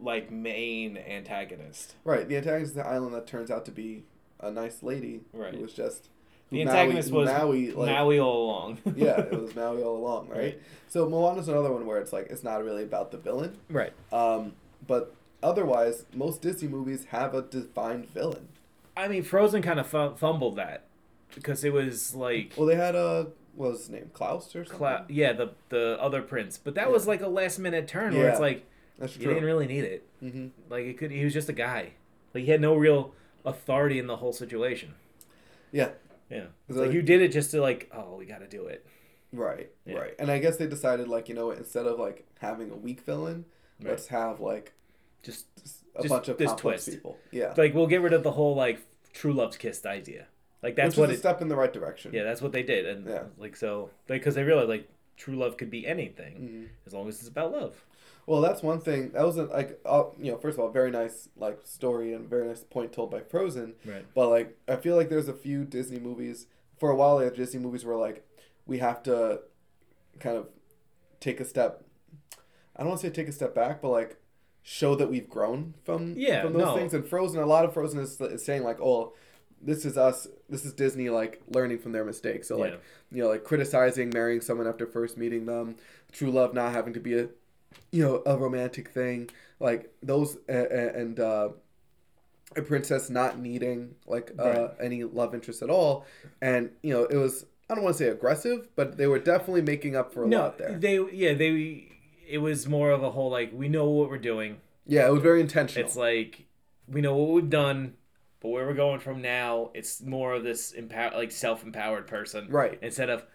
Speaker 3: like main antagonist.
Speaker 2: right. The antagonist of the island that turns out to be a nice lady
Speaker 3: Right.
Speaker 2: who was just
Speaker 3: The
Speaker 2: who
Speaker 3: antagonist was
Speaker 2: Maui. Like,
Speaker 3: Maui all along.
Speaker 2: yeah, it was Maui all along, right?
Speaker 3: Right.
Speaker 2: So Moana's another one where it's like it's not really about the villain,
Speaker 3: right.
Speaker 2: um, but otherwise most Disney movies have a defined villain.
Speaker 3: I mean, Frozen kind of f- fumbled that because it was like
Speaker 2: Well, they had a what was his name Klaus or something.
Speaker 3: Cla- yeah, the the other prince, but that was like a last minute turn where it's
Speaker 2: Yeah,
Speaker 3: like
Speaker 2: That's
Speaker 3: you didn't
Speaker 2: true.
Speaker 3: really need it.
Speaker 2: hmm
Speaker 3: Like it could, he was just a guy. Like he had no real authority in the whole situation.
Speaker 2: Yeah,
Speaker 3: Yeah, it's
Speaker 2: So-
Speaker 3: like you did it just to like, oh, we got to do it.
Speaker 2: Right,
Speaker 3: Yeah.
Speaker 2: right. And I guess they decided, like, you know, what, instead of like having a weak villain,
Speaker 3: Right.
Speaker 2: let's have like
Speaker 3: Just
Speaker 2: a
Speaker 3: Just
Speaker 2: bunch of
Speaker 3: this
Speaker 2: complex
Speaker 3: twist.
Speaker 2: people. Yeah,
Speaker 3: like we'll get rid of the whole like true love's kissed idea. Like that's
Speaker 2: which
Speaker 3: what
Speaker 2: is
Speaker 3: it.
Speaker 2: a step in the right direction.
Speaker 3: Yeah, that's what they did, and
Speaker 2: Yeah.
Speaker 3: like so, like because they realized like true love could be anything,
Speaker 2: Mm-hmm.
Speaker 3: as long as it's about love.
Speaker 2: Well, that's one thing. That was a, like, uh, you know, first of all, very nice like story and very nice point told by Frozen.
Speaker 3: Right.
Speaker 2: But like, I feel like there's a few Disney movies. For a while, they had Disney movies where like we have to kind of take a step. I don't want to say take a step back, but like show that we've grown from
Speaker 3: Yeah,
Speaker 2: from those
Speaker 3: no.
Speaker 2: things. And Frozen, a lot of Frozen is, is saying like, oh. This is us. This is Disney, like learning from their mistakes. So, like, you know, like criticizing marrying someone after first meeting them, true love not having to be a you know a romantic thing like those a- a- and uh a princess not needing like uh,
Speaker 3: Right.
Speaker 2: any love interest at all and you know it was i don't want to say aggressive but they were definitely making up for a
Speaker 3: no,
Speaker 2: lot there
Speaker 3: they yeah they it was more of a whole like we know what we're doing.
Speaker 2: yeah it was very intentional
Speaker 3: It's like we know what we've done, but where we're going from now, it's more of this empower like self empowered person,
Speaker 2: Right.
Speaker 3: Instead of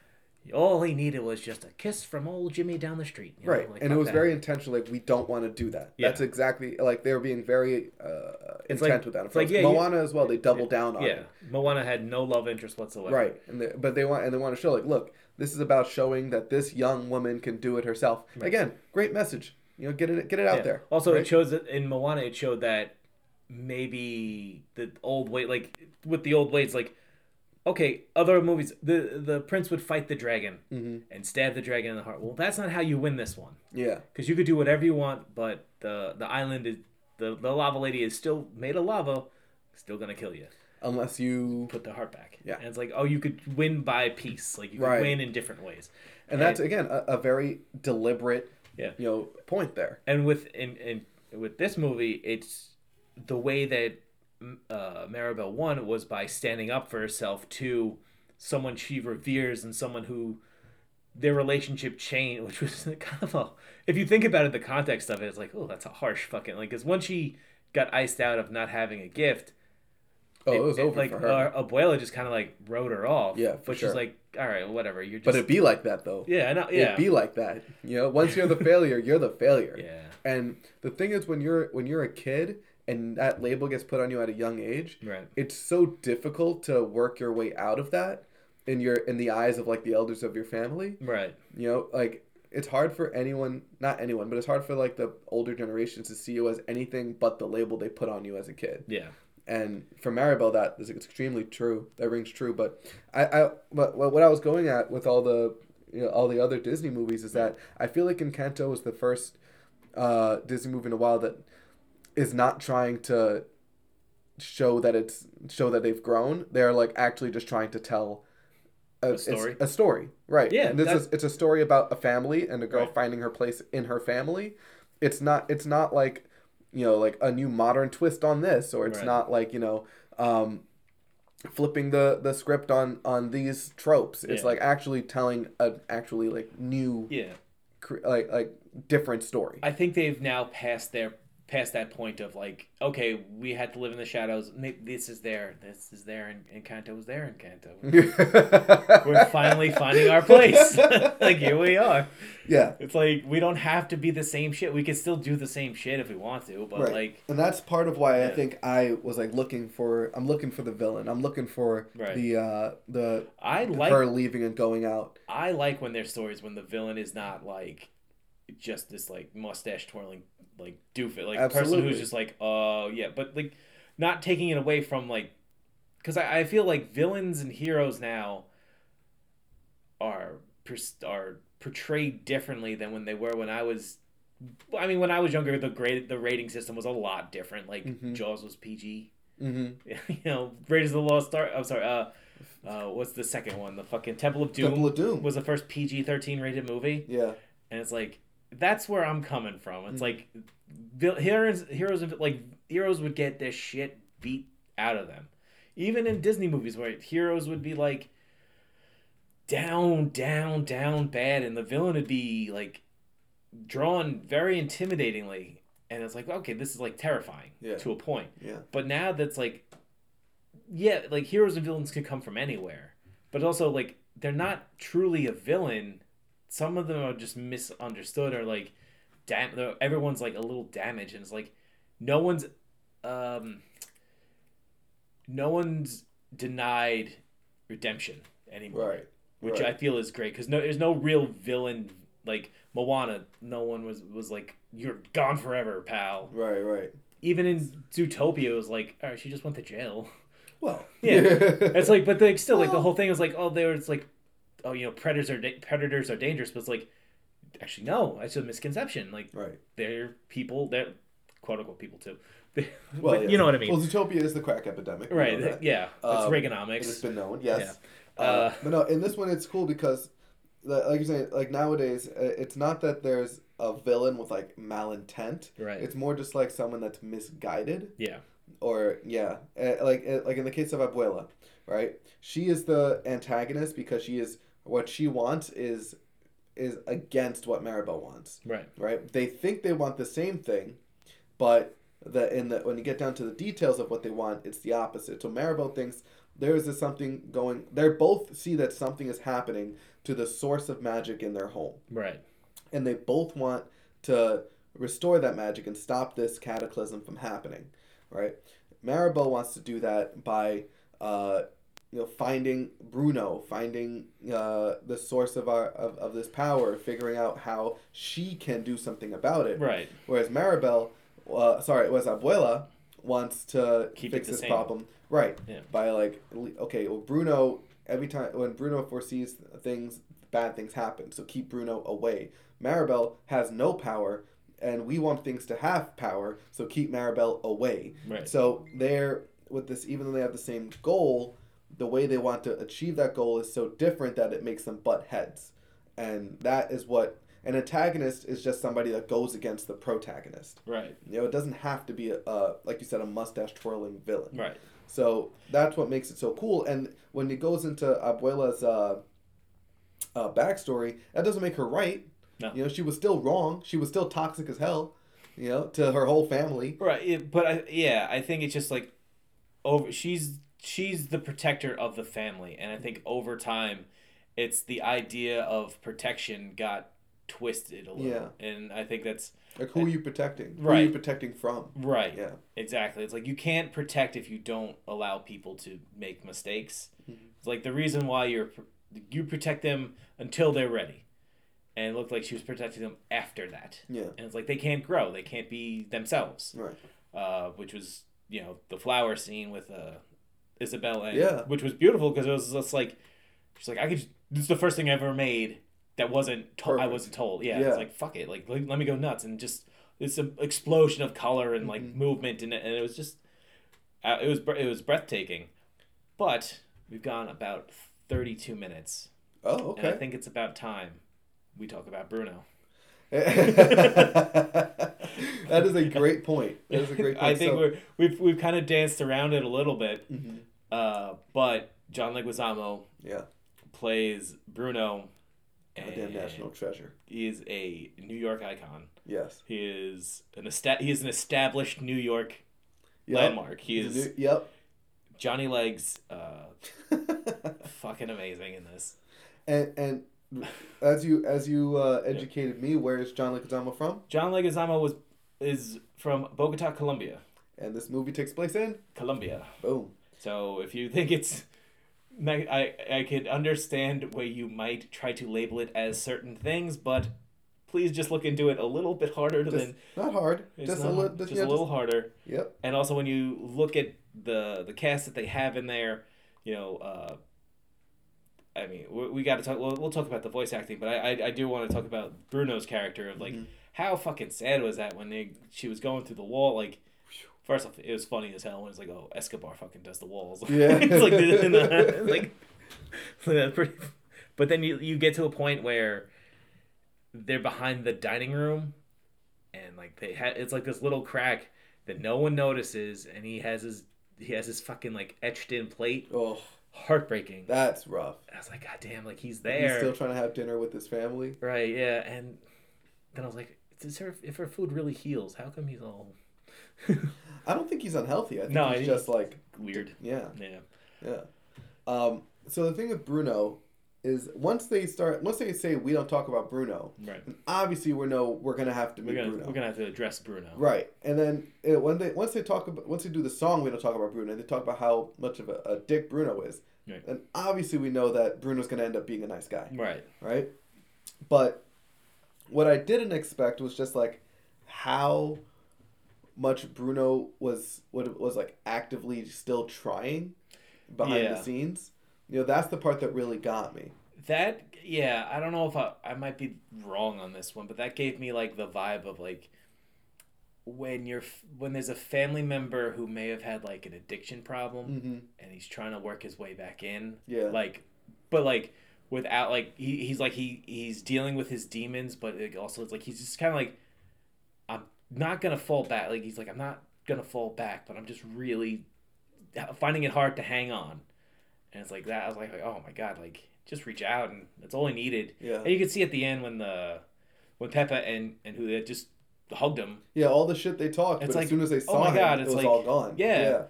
Speaker 3: all he needed was just a kiss from old Jimmy down the street, you know,
Speaker 2: right
Speaker 3: like,
Speaker 2: and it
Speaker 3: fuck
Speaker 2: was
Speaker 3: that.
Speaker 2: very intentional like we don't want to do that
Speaker 3: Yeah.
Speaker 2: that's exactly like they were being very uh intent
Speaker 3: It's like-
Speaker 2: with that
Speaker 3: it's like, yeah, you-
Speaker 2: moana as well they double down on
Speaker 3: yeah.
Speaker 2: it
Speaker 3: Moana had no love interest whatsoever,
Speaker 2: right and they, but they want and they want to show like look this is about showing that this young woman can do it herself again great message you know get it get it out
Speaker 3: Yeah.
Speaker 2: there
Speaker 3: Also,
Speaker 2: right?
Speaker 3: it shows that in Moana, it showed that maybe the old way, like with the old ways, like okay, other movies, the the prince would fight the dragon
Speaker 2: Mm-hmm.
Speaker 3: and stab the dragon in the heart. Well, that's not how you win this one
Speaker 2: yeah
Speaker 3: because you could do whatever you want, but the the island is the the lava lady is still made of lava, still gonna kill you.
Speaker 2: unless you
Speaker 3: Put the heart back.
Speaker 2: Yeah.
Speaker 3: and it's like oh, you could win by piece, like you could
Speaker 2: Right.
Speaker 3: win in different ways.
Speaker 2: and that's again a, a very deliberate
Speaker 3: Yeah.
Speaker 2: you know point there
Speaker 3: and with in, in with this movie it's the way that m- uh, Maribel won was by standing up for herself to someone she reveres and someone who their relationship changed which was kind of a if you think about it the context of it it's like oh that's a harsh fucking like because once she got iced out of not having a gift
Speaker 2: oh it, was over
Speaker 3: like
Speaker 2: for her
Speaker 3: our abuela just kind of like wrote her off
Speaker 2: Yeah, for
Speaker 3: but
Speaker 2: sure.
Speaker 3: she's like all right whatever you're just
Speaker 2: but it'd be like that though
Speaker 3: yeah I know yeah
Speaker 2: it'd be like that you know once you're the failure you're the failure
Speaker 3: yeah
Speaker 2: and the thing is when you're when you're a kid and that label gets put on you at a young age
Speaker 3: right
Speaker 2: it's so difficult to work your way out of that in your in the eyes of like the elders of your family
Speaker 3: right
Speaker 2: you know like it's hard for anyone not anyone but it's hard for like the older generations to see you as anything but the label they put on you as a kid
Speaker 3: yeah
Speaker 2: and for maribel that is extremely true that rings true but i i but what i was going at with all the you know, all the other disney movies is that i feel like encanto was the first uh disney movie in a while that is not trying to show that it's show that they've grown they're like actually just trying to tell a, it's
Speaker 3: story?
Speaker 2: a story right
Speaker 3: Yeah,
Speaker 2: and this
Speaker 3: that's-
Speaker 2: is it's a story about a family and a girl
Speaker 3: Right.
Speaker 2: finding her place in her family it's not it's not like you know like a new modern twist on this or it's
Speaker 3: Right.
Speaker 2: not like you know um flipping the the script on on these tropes it's
Speaker 3: Yeah.
Speaker 2: like actually telling an actually like new
Speaker 3: yeah
Speaker 2: cre- like like different story
Speaker 3: I think they've now passed their past that point of like, okay, we had to live in the shadows. Maybe this is there, this is there, and, and Kanto was there in Kanto. We're finally finding our place. like here we are.
Speaker 2: yeah
Speaker 3: It's like we don't have to be the same shit. We can still do the same shit if we want to, but
Speaker 2: right
Speaker 3: like
Speaker 2: and that's part of why i
Speaker 3: Yeah.
Speaker 2: think i was like looking for i'm looking for the villain i'm looking for
Speaker 3: Right.
Speaker 2: the uh the
Speaker 3: I like
Speaker 2: her leaving and going out
Speaker 3: I like when there's stories when the villain is not like just this like mustache twirling like doofus like person
Speaker 2: Absolutely.
Speaker 3: who's just like oh yeah but like not taking it away from like because I, I feel like villains and heroes now are pers- are portrayed differently than when they were when I was I mean when I was younger the grade the rating system was a lot different like
Speaker 2: Mhm.
Speaker 3: Jaws was PG
Speaker 2: mm-hmm.
Speaker 3: you know Raiders of the Lost Star I'm sorry uh uh what's the second one the fucking Temple of Doom
Speaker 2: temple of doom
Speaker 3: was the first PG thirteen rated movie,
Speaker 2: yeah
Speaker 3: and it's like that's where I'm coming from. It's like vil- heroes, heroes, of- like heroes would get their shit beat out of them, even in Disney movies where heroes would be like down, down, down bad, and the villain would be like drawn very intimidatingly, and it's like okay, this is like terrifying
Speaker 2: Yeah.
Speaker 3: to a point.
Speaker 2: yeah
Speaker 3: But now that's like, yeah, like heroes and villains can come from anywhere. But also, like, they're not truly a villain. Some of them are just misunderstood or like, dam- they're- everyone's like a little damaged. And it's like, no one's, um, no one's denied redemption anymore.
Speaker 2: right
Speaker 3: which
Speaker 2: Right.
Speaker 3: I feel is great because no, there's no real villain like Moana. No one was was like you're gone forever, pal.
Speaker 2: Right, right.
Speaker 3: Even in Zootopia, it was like all right, she just went to jail.
Speaker 2: Well,
Speaker 3: Yeah. It's like, but like still, like the whole thing was like, oh, there was like, oh, you know, predators are da- predators are dangerous, but it's like, actually, no, it's a misconception. Like
Speaker 2: right.
Speaker 3: they're people, they're quote unquote people too.
Speaker 2: Well,
Speaker 3: but
Speaker 2: yeah.
Speaker 3: you know what I mean,
Speaker 2: Well, Zootopia is the crack epidemic. we
Speaker 3: right?
Speaker 2: know that.
Speaker 3: Yeah, that's
Speaker 2: Um, It's
Speaker 3: Reaganomics.
Speaker 2: been known, yes.
Speaker 3: Yeah.
Speaker 2: Uh,
Speaker 3: Uh,
Speaker 2: but no, in this one, it's cool because, li- like you're saying, like nowadays, uh, it's not that there's a villain with like malintent.
Speaker 3: Right.
Speaker 2: It's more just like someone that's misguided,
Speaker 3: Yeah,
Speaker 2: or yeah, uh, like uh, like in the case of Abuela, right? She is the antagonist because she is what she wants is is against what Maribel wants
Speaker 3: right.
Speaker 2: right? They think they want the same thing, but the in the when you get down to the details of what they want, it's the opposite. So Maribel thinks there is this something going. They both see that something is happening to the source of magic in their home,
Speaker 3: Right.
Speaker 2: and they both want to restore that magic and stop this cataclysm from happening, right? Maribel wants to do that by. Uh, you know, finding Bruno, finding uh, the source of our of, of this power, figuring out how she can do something about it.
Speaker 3: Right.
Speaker 2: Whereas Maribel, uh, sorry, it was Abuela, wants to
Speaker 3: Keep
Speaker 2: fix
Speaker 3: it the
Speaker 2: this
Speaker 3: same.
Speaker 2: problem. Right.
Speaker 3: Yeah.
Speaker 2: By like, le- okay, well, Bruno, every time, when Bruno foresees things, bad things happen. So keep Bruno away. Maribel has no power, and we want things to have power, so keep Maribel away.
Speaker 3: Right.
Speaker 2: So they're, with this, even though they have the same goal, the way they want to achieve that goal is so different that it makes them butt heads and that is what an antagonist is just somebody that goes against the protagonist
Speaker 3: Right.
Speaker 2: you know it doesn't have to be a, a like you said a mustache twirling villain
Speaker 3: Right.
Speaker 2: so that's what makes it so cool and when it goes into abuela's uh, uh, backstory that doesn't make her right
Speaker 3: No.
Speaker 2: you know she was still wrong she was still toxic as hell you know to her whole family
Speaker 3: Right. it- but I, yeah, I think it's just like over. She's she's the protector of the family, and I think over time, it's the idea of protection got twisted a little. And I think that's
Speaker 2: like who are you protecting who are you
Speaker 3: Right.
Speaker 2: protecting from
Speaker 3: right.
Speaker 2: Yeah.
Speaker 3: Exactly. It's like you can't protect if you don't allow people to make mistakes.
Speaker 2: Mm-hmm.
Speaker 3: It's like the reason why you're you protect them until they're ready. And it looked like she was protecting them after that.
Speaker 2: yeah
Speaker 3: And it's like they can't grow. They can't be themselves.
Speaker 2: right
Speaker 3: uh, which was you know the flower scene with uh, Isabel and
Speaker 2: Yeah.
Speaker 3: which was beautiful because it was just like she's like I could just, this is the first thing I ever made that wasn't to- I
Speaker 2: Perfect.
Speaker 3: wasn't told yeah,
Speaker 2: Yeah.
Speaker 3: it's like fuck it like let, let me go nuts and just it's an explosion of color and like
Speaker 2: Mm-hmm.
Speaker 3: movement and, and it was just uh, it was br- it was breathtaking but we've gone about 32 minutes
Speaker 2: oh
Speaker 3: and I
Speaker 2: okay
Speaker 3: think it's about time we talk about Bruno
Speaker 2: that is a great point that is a great point
Speaker 3: I think
Speaker 2: So- Mm-hmm.
Speaker 3: we're, we've we've kind of danced around it a little bit, uh, but John Leguizamo
Speaker 2: yeah
Speaker 3: plays Bruno,
Speaker 2: A
Speaker 3: and
Speaker 2: damn national treasure.
Speaker 3: he is a New York icon.
Speaker 2: Yes.
Speaker 3: He is an esta- he is an established New York
Speaker 2: Yep.
Speaker 3: landmark. He
Speaker 2: He's a
Speaker 3: is
Speaker 2: new- Yep.
Speaker 3: Johnny Legs, uh, fucking amazing in this.
Speaker 2: and and as you as you uh, educated me, where is John Leguizamo from?
Speaker 3: John Leguizamo was is from Bogota, Colombia.
Speaker 2: And this movie takes place in
Speaker 3: Colombia.
Speaker 2: boom.
Speaker 3: So if you think it's, I I could understand where you might try to label it as certain things, but please just look into it a little bit harder
Speaker 2: Just,
Speaker 3: than
Speaker 2: not hard.
Speaker 3: it's
Speaker 2: Just a
Speaker 3: not-
Speaker 2: little.
Speaker 3: just
Speaker 2: Just, yeah,
Speaker 3: a little harder.
Speaker 2: just- yep.
Speaker 3: And also when you look at the the cast that they have in there, you know. Uh, I mean, we, we got to talk. We'll, we'll talk about the voice acting, but I, I, I do want to talk about Bruno's character of like how fucking sad was that when they, she was going through the wall. Like, first off, it was funny as hell when it's like, oh, Escobar fucking does the walls.
Speaker 2: Yeah.
Speaker 3: it's like, in the, it's like yeah, pretty. But then you you get to a point where they're behind the dining room, and like they ha- it's like this little crack that no one notices, and he has his he has his fucking like etched in plate.
Speaker 2: Oh,
Speaker 3: Heartbreaking.
Speaker 2: that's rough.
Speaker 3: I was like, God damn, like he's
Speaker 2: He's
Speaker 3: there.
Speaker 2: still trying to have dinner with his family.
Speaker 3: Right, yeah. And then I was like, is her, if her food really heals, how come he's all
Speaker 2: I don't think he's unhealthy. I think
Speaker 3: No,
Speaker 2: he's
Speaker 3: he-
Speaker 2: just like
Speaker 3: weird?
Speaker 2: yeah.
Speaker 3: Yeah.
Speaker 2: Yeah. Um, so the thing with Bruno is once they start, once they say we don't talk about Bruno,
Speaker 3: Right.
Speaker 2: obviously we know we're gonna have to meet
Speaker 3: We're gonna
Speaker 2: Bruno.
Speaker 3: we're gonna have to address Bruno.
Speaker 2: Right, and then it, when they once they talk about once they do the song, we don't talk about Bruno. They talk about how much of a, a dick Bruno is.
Speaker 3: Right.
Speaker 2: And obviously, we know that Bruno's going to end up being a nice guy,
Speaker 3: Right.
Speaker 2: right? But what I didn't expect was just like how much Bruno was what was like actively still trying behind
Speaker 3: Yeah.
Speaker 2: the scenes. You know, that's the part that really got me.
Speaker 3: That yeah, I don't know if I I might be wrong on this one, but that gave me like the vibe of like when you're f- when there's a family member who may have had like an addiction problem
Speaker 2: Mm-hmm.
Speaker 3: and he's trying to work his way back in.
Speaker 2: Yeah.
Speaker 3: Like, but like without like he, he's like he he's dealing with his demons, but it also it's like he's just kind of like I'm not gonna fall back. Like he's like I'm not gonna fall back, but I'm just really finding it hard to hang on. And it's like that. I was like, oh my god, like just reach out and that's all I needed.
Speaker 2: Yeah.
Speaker 3: And you can see at the end when the when Peppa and and who just hugged him
Speaker 2: Yeah, all the shit they talked,
Speaker 3: It's
Speaker 2: but
Speaker 3: like, oh
Speaker 2: as soon as they saw
Speaker 3: my
Speaker 2: him,
Speaker 3: God,
Speaker 2: it
Speaker 3: it's
Speaker 2: was
Speaker 3: like-
Speaker 2: all gone.
Speaker 3: yeah.
Speaker 2: yeah.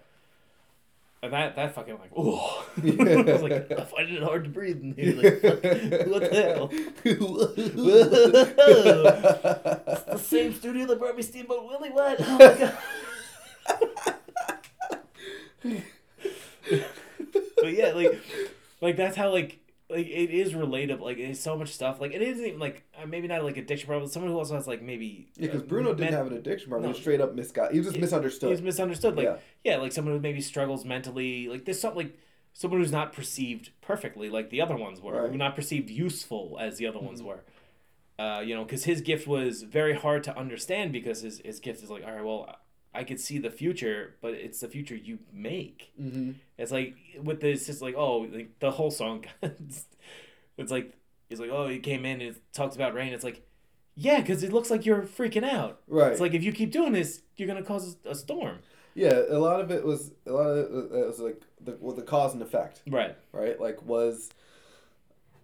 Speaker 3: And that that fucking like oh, I was like I find it hard to breathe in here. Like, fuck, what the hell? It's the same studio that brought me Steamboat Willie. What? Oh my god. but yeah, like, like that's how like like it is relatable. Like it's so much stuff. Like it isn't even like uh, maybe not like addiction problem. Someone who also has like maybe
Speaker 2: Yeah, because
Speaker 3: uh,
Speaker 2: Bruno didn't
Speaker 3: men-
Speaker 2: have an addiction problem. He
Speaker 3: No.
Speaker 2: was straight up misguided. He was just
Speaker 3: He-
Speaker 2: misunderstood.
Speaker 3: He's misunderstood. Like
Speaker 2: Yeah.
Speaker 3: yeah. like someone who maybe struggles mentally. Like there's something like someone who's not perceived perfectly, like the other ones were,
Speaker 2: Right. Mm-hmm.
Speaker 3: who not perceived useful as the other ones were. Uh, you know, because his gift was very hard to understand because his his gift is like, all right, well, I could see the future, but it's the future you make.
Speaker 2: mm-hmm.
Speaker 3: It's like with this, it's like oh, like the whole song. it's it's like it's like oh, he came in and talks about rain. It's like. Yeah, because it looks like you're freaking out.
Speaker 2: Right.
Speaker 3: It's like if you keep doing this, you're gonna cause a storm.
Speaker 2: yeah, a lot of it was a lot of it was, it was like the well, the cause and effect,
Speaker 3: Right.
Speaker 2: right? Like was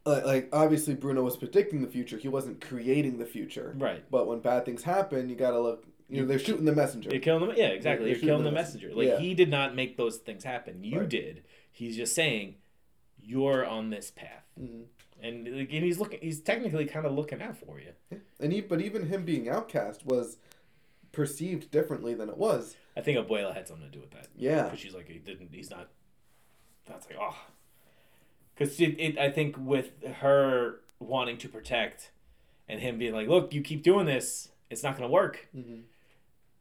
Speaker 2: like, like obviously Bruno was predicting the future. He wasn't creating the future.
Speaker 3: Right.
Speaker 2: But when bad things happen, you gotta look. You know, they're shooting the messenger.
Speaker 3: You're killing the yeah, exactly.
Speaker 2: You're
Speaker 3: You're killing the
Speaker 2: shooting the
Speaker 3: messenger. Like
Speaker 2: yeah.
Speaker 3: he did not make those things happen. You
Speaker 2: Right.
Speaker 3: did. He's just saying, you're on this path,
Speaker 2: Mhm.
Speaker 3: and like, and he's looking. He's technically kind of looking out for you.
Speaker 2: And he, but even him being outcast was perceived differently than it was.
Speaker 3: I think Abuela had something to do with that.
Speaker 2: Yeah.
Speaker 3: Because she's like, he didn't. He's not. That's like oh, because it, it. I think with her wanting to protect, and him being like, look, you keep doing this, it's not gonna work.
Speaker 2: Mhm.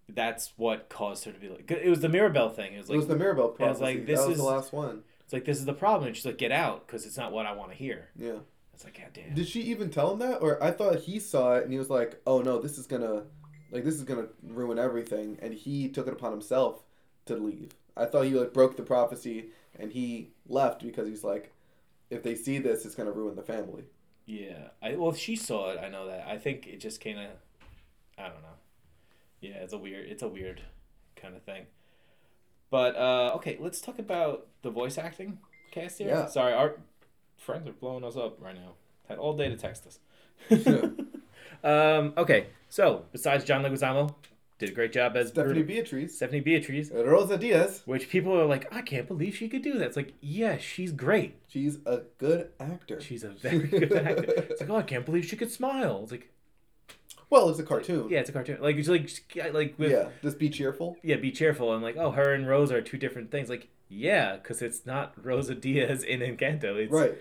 Speaker 3: That's what caused her to be like. 'cause It was the Mirabelle thing. It was
Speaker 2: it
Speaker 3: like
Speaker 2: was the Mirabelle
Speaker 3: I was
Speaker 2: prophecy.
Speaker 3: like, this
Speaker 2: that was
Speaker 3: is-
Speaker 2: the last one.
Speaker 3: It's like this is the problem. And she's like, get out, because it's not what I want to hear.
Speaker 2: Yeah.
Speaker 3: It's like, god damn.
Speaker 2: Did she even tell him that, or I thought he saw it and he was like, "Oh no, this is gonna, like, this is gonna ruin everything," and he took it upon himself to leave. I thought he like broke the prophecy and he left because he's like, "If they see this, it's gonna ruin the family."
Speaker 3: Yeah. I well, she saw it. I know that. I think it just kind of, I don't know. Yeah, it's a weird, it's a weird kind of thing. But uh, okay, let's talk about the voice acting cast here.
Speaker 2: Yeah.
Speaker 3: Sorry, our friends are blowing us up right now. Had all day to text us. um. Okay. So besides John Leguizamo, did a great job as
Speaker 2: Stephanie
Speaker 3: Bruno-
Speaker 2: Beatrice,
Speaker 3: Stephanie Beatriz.
Speaker 2: Rosa Diaz,
Speaker 3: Which people are like, I can't believe she could do that. It's like, yeah, she's great.
Speaker 2: she's a good actor.
Speaker 3: She's a very good actor. It's like, oh, I can't believe she could smile. It's like,
Speaker 2: Well, it's a cartoon.
Speaker 3: yeah, it's a cartoon. Like, it's like, she- like with, yeah.
Speaker 2: yeah. Just be cheerful.
Speaker 3: be cheerful. And like, oh, her and Rose are two different things. Like, yeah, because it's not Rosa Diaz in Encanto. It's
Speaker 2: Right.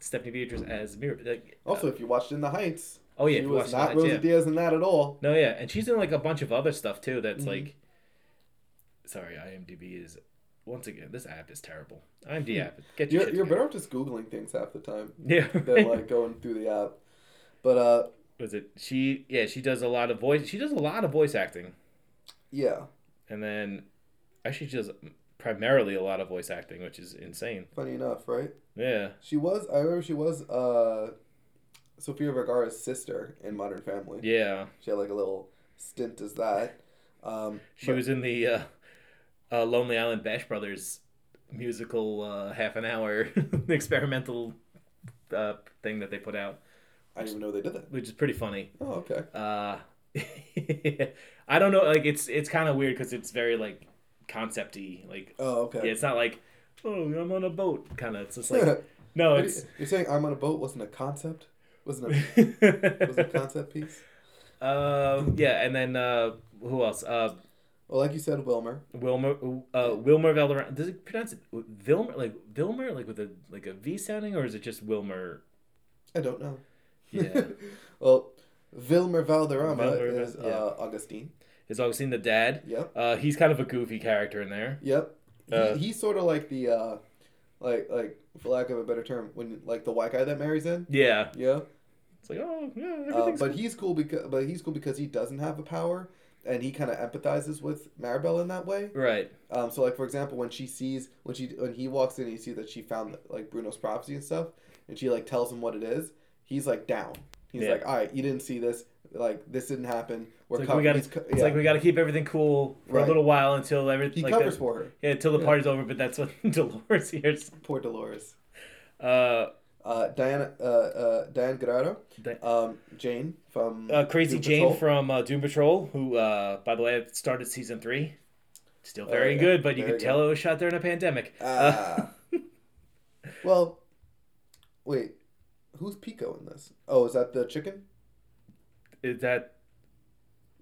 Speaker 3: Stephanie Beatriz as Mir. Like,
Speaker 2: Also, if you watched In the Heights,
Speaker 3: oh yeah,
Speaker 2: she
Speaker 3: if you watch
Speaker 2: was
Speaker 3: the
Speaker 2: not
Speaker 3: Heights,
Speaker 2: Rosa
Speaker 3: yeah.
Speaker 2: Diaz in that at all.
Speaker 3: No, yeah, and she's in like a bunch of other stuff too. That's
Speaker 2: Mm-hmm.
Speaker 3: like, sorry, IMDb is once again this app is terrible. IMDb app, get your
Speaker 2: Hmm. You're,
Speaker 3: shit
Speaker 2: you're better
Speaker 3: together.
Speaker 2: off just googling things half the time.
Speaker 3: Yeah,
Speaker 2: than like going through the app. But uh,
Speaker 3: was it she yeah she does a lot of voice she does a lot of voice acting
Speaker 2: yeah,
Speaker 3: and then actually she does primarily a lot of voice acting which is insane
Speaker 2: funny enough, right?
Speaker 3: yeah
Speaker 2: She was. I remember she was uh, Sofia Vergara's sister in Modern Family.
Speaker 3: yeah
Speaker 2: She had like a little stint as that. Um,
Speaker 3: she
Speaker 2: but-
Speaker 3: was in the uh, uh lonely island bash brothers musical uh half an hour experimental uh thing that they put out
Speaker 2: I didn't even know they did that.
Speaker 3: which is pretty funny
Speaker 2: Oh, okay.
Speaker 3: uh i don't know like it's it's kind of weird because it's very like concepty like
Speaker 2: Oh,
Speaker 3: yeah,
Speaker 2: okay.
Speaker 3: it's not like oh i'm on a boat kind of it's just like No,
Speaker 2: What are you-
Speaker 3: Oh, it's
Speaker 2: You're saying I'm on a boat wasn't a concept? Wasn't a wasn't a concept piece?
Speaker 3: um yeah, and then uh, who else? Uh,
Speaker 2: Well, like you said, Wilmer.
Speaker 3: Wilmer uh, Wilmer Valderrama. Does it pronounce it Wilmer like Wilmer like with a like a V sounding or is it just Wilmer?
Speaker 2: I don't know.
Speaker 3: Yeah,
Speaker 2: well, Wilmer Valderrama
Speaker 3: Wilmer,
Speaker 2: is
Speaker 3: yeah.
Speaker 2: uh, Augustine.
Speaker 3: is Augustine the dad?
Speaker 2: Yep.
Speaker 3: Uh, he's kind of a goofy character in there.
Speaker 2: Yep.
Speaker 3: Uh,
Speaker 2: he, he's sort of like the, uh, like like for lack of a better term, when like the white guy that marries in.
Speaker 3: Yeah,
Speaker 2: Yeah.
Speaker 3: it's like oh yeah,
Speaker 2: Uh,
Speaker 3: everything's.
Speaker 2: but he's cool because but he's cool because he doesn't have a power, and he kind of empathizes with Maribel in that way.
Speaker 3: right.
Speaker 2: Um, so like for example, when she sees when she when he walks in, and you see that she found like Bruno's prophecy and stuff, and she like tells him what it is. He's like down. He's
Speaker 3: Yeah.
Speaker 2: like, all right, you didn't see this. Like this didn't happen. We're
Speaker 3: It's like,
Speaker 2: co-
Speaker 3: we gotta,
Speaker 2: he's co-
Speaker 3: it's
Speaker 2: yeah.
Speaker 3: like we gotta keep everything cool for a
Speaker 2: Right.
Speaker 3: little while until everything.
Speaker 2: he
Speaker 3: like
Speaker 2: covers
Speaker 3: that-
Speaker 2: for her.
Speaker 3: Yeah, until the
Speaker 2: Yeah.
Speaker 3: party's over. But that's what Dolores hears.
Speaker 2: Poor Dolores.
Speaker 3: Uh,
Speaker 2: Uh, Diana uh, uh, Diane Guerrero.
Speaker 3: Di-
Speaker 2: um, Jane from
Speaker 3: uh, Crazy
Speaker 2: Doom
Speaker 3: Jane
Speaker 2: Patrol.
Speaker 3: from uh, Doom Patrol, who, uh, by the way, I've started season three. Still very
Speaker 2: Oh, yeah.
Speaker 3: good, but you
Speaker 2: Very
Speaker 3: could tell it was shot during a pandemic. Uh,
Speaker 2: Ah. well, wait. Who's Pico in this? Oh, is that the chicken?
Speaker 3: Is that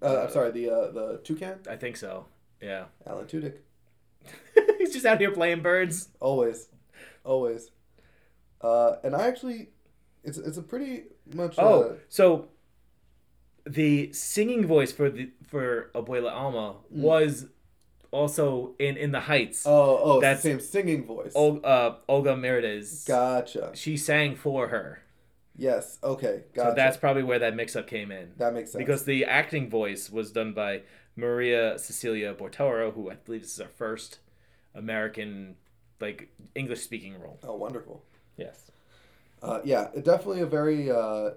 Speaker 2: Uh, I'm sorry, the uh, the toucan.
Speaker 3: I think so. Yeah.
Speaker 2: Alan Tudyk.
Speaker 3: He's just out here playing birds.
Speaker 2: Always, always. Uh, and I actually, it's it's a pretty much. uh,
Speaker 3: Oh, so the singing voice for the for Abuela Alma was also in in the Heights.
Speaker 2: uh, Mm. oh, oh,
Speaker 3: That's-
Speaker 2: that's the same singing voice.
Speaker 3: Ol- uh, Olga Meredith.
Speaker 2: gotcha.
Speaker 3: She sang for her.
Speaker 2: Yes. Okay. Gotcha.
Speaker 3: So that's probably where that mix up came in.
Speaker 2: that makes sense.
Speaker 3: because the acting voice was done by Maria Cecilia Bortoro, who I believe this is our first American like English speaking role.
Speaker 2: oh, wonderful.
Speaker 3: Yes.
Speaker 2: Uh, yeah, it definitely a very uh,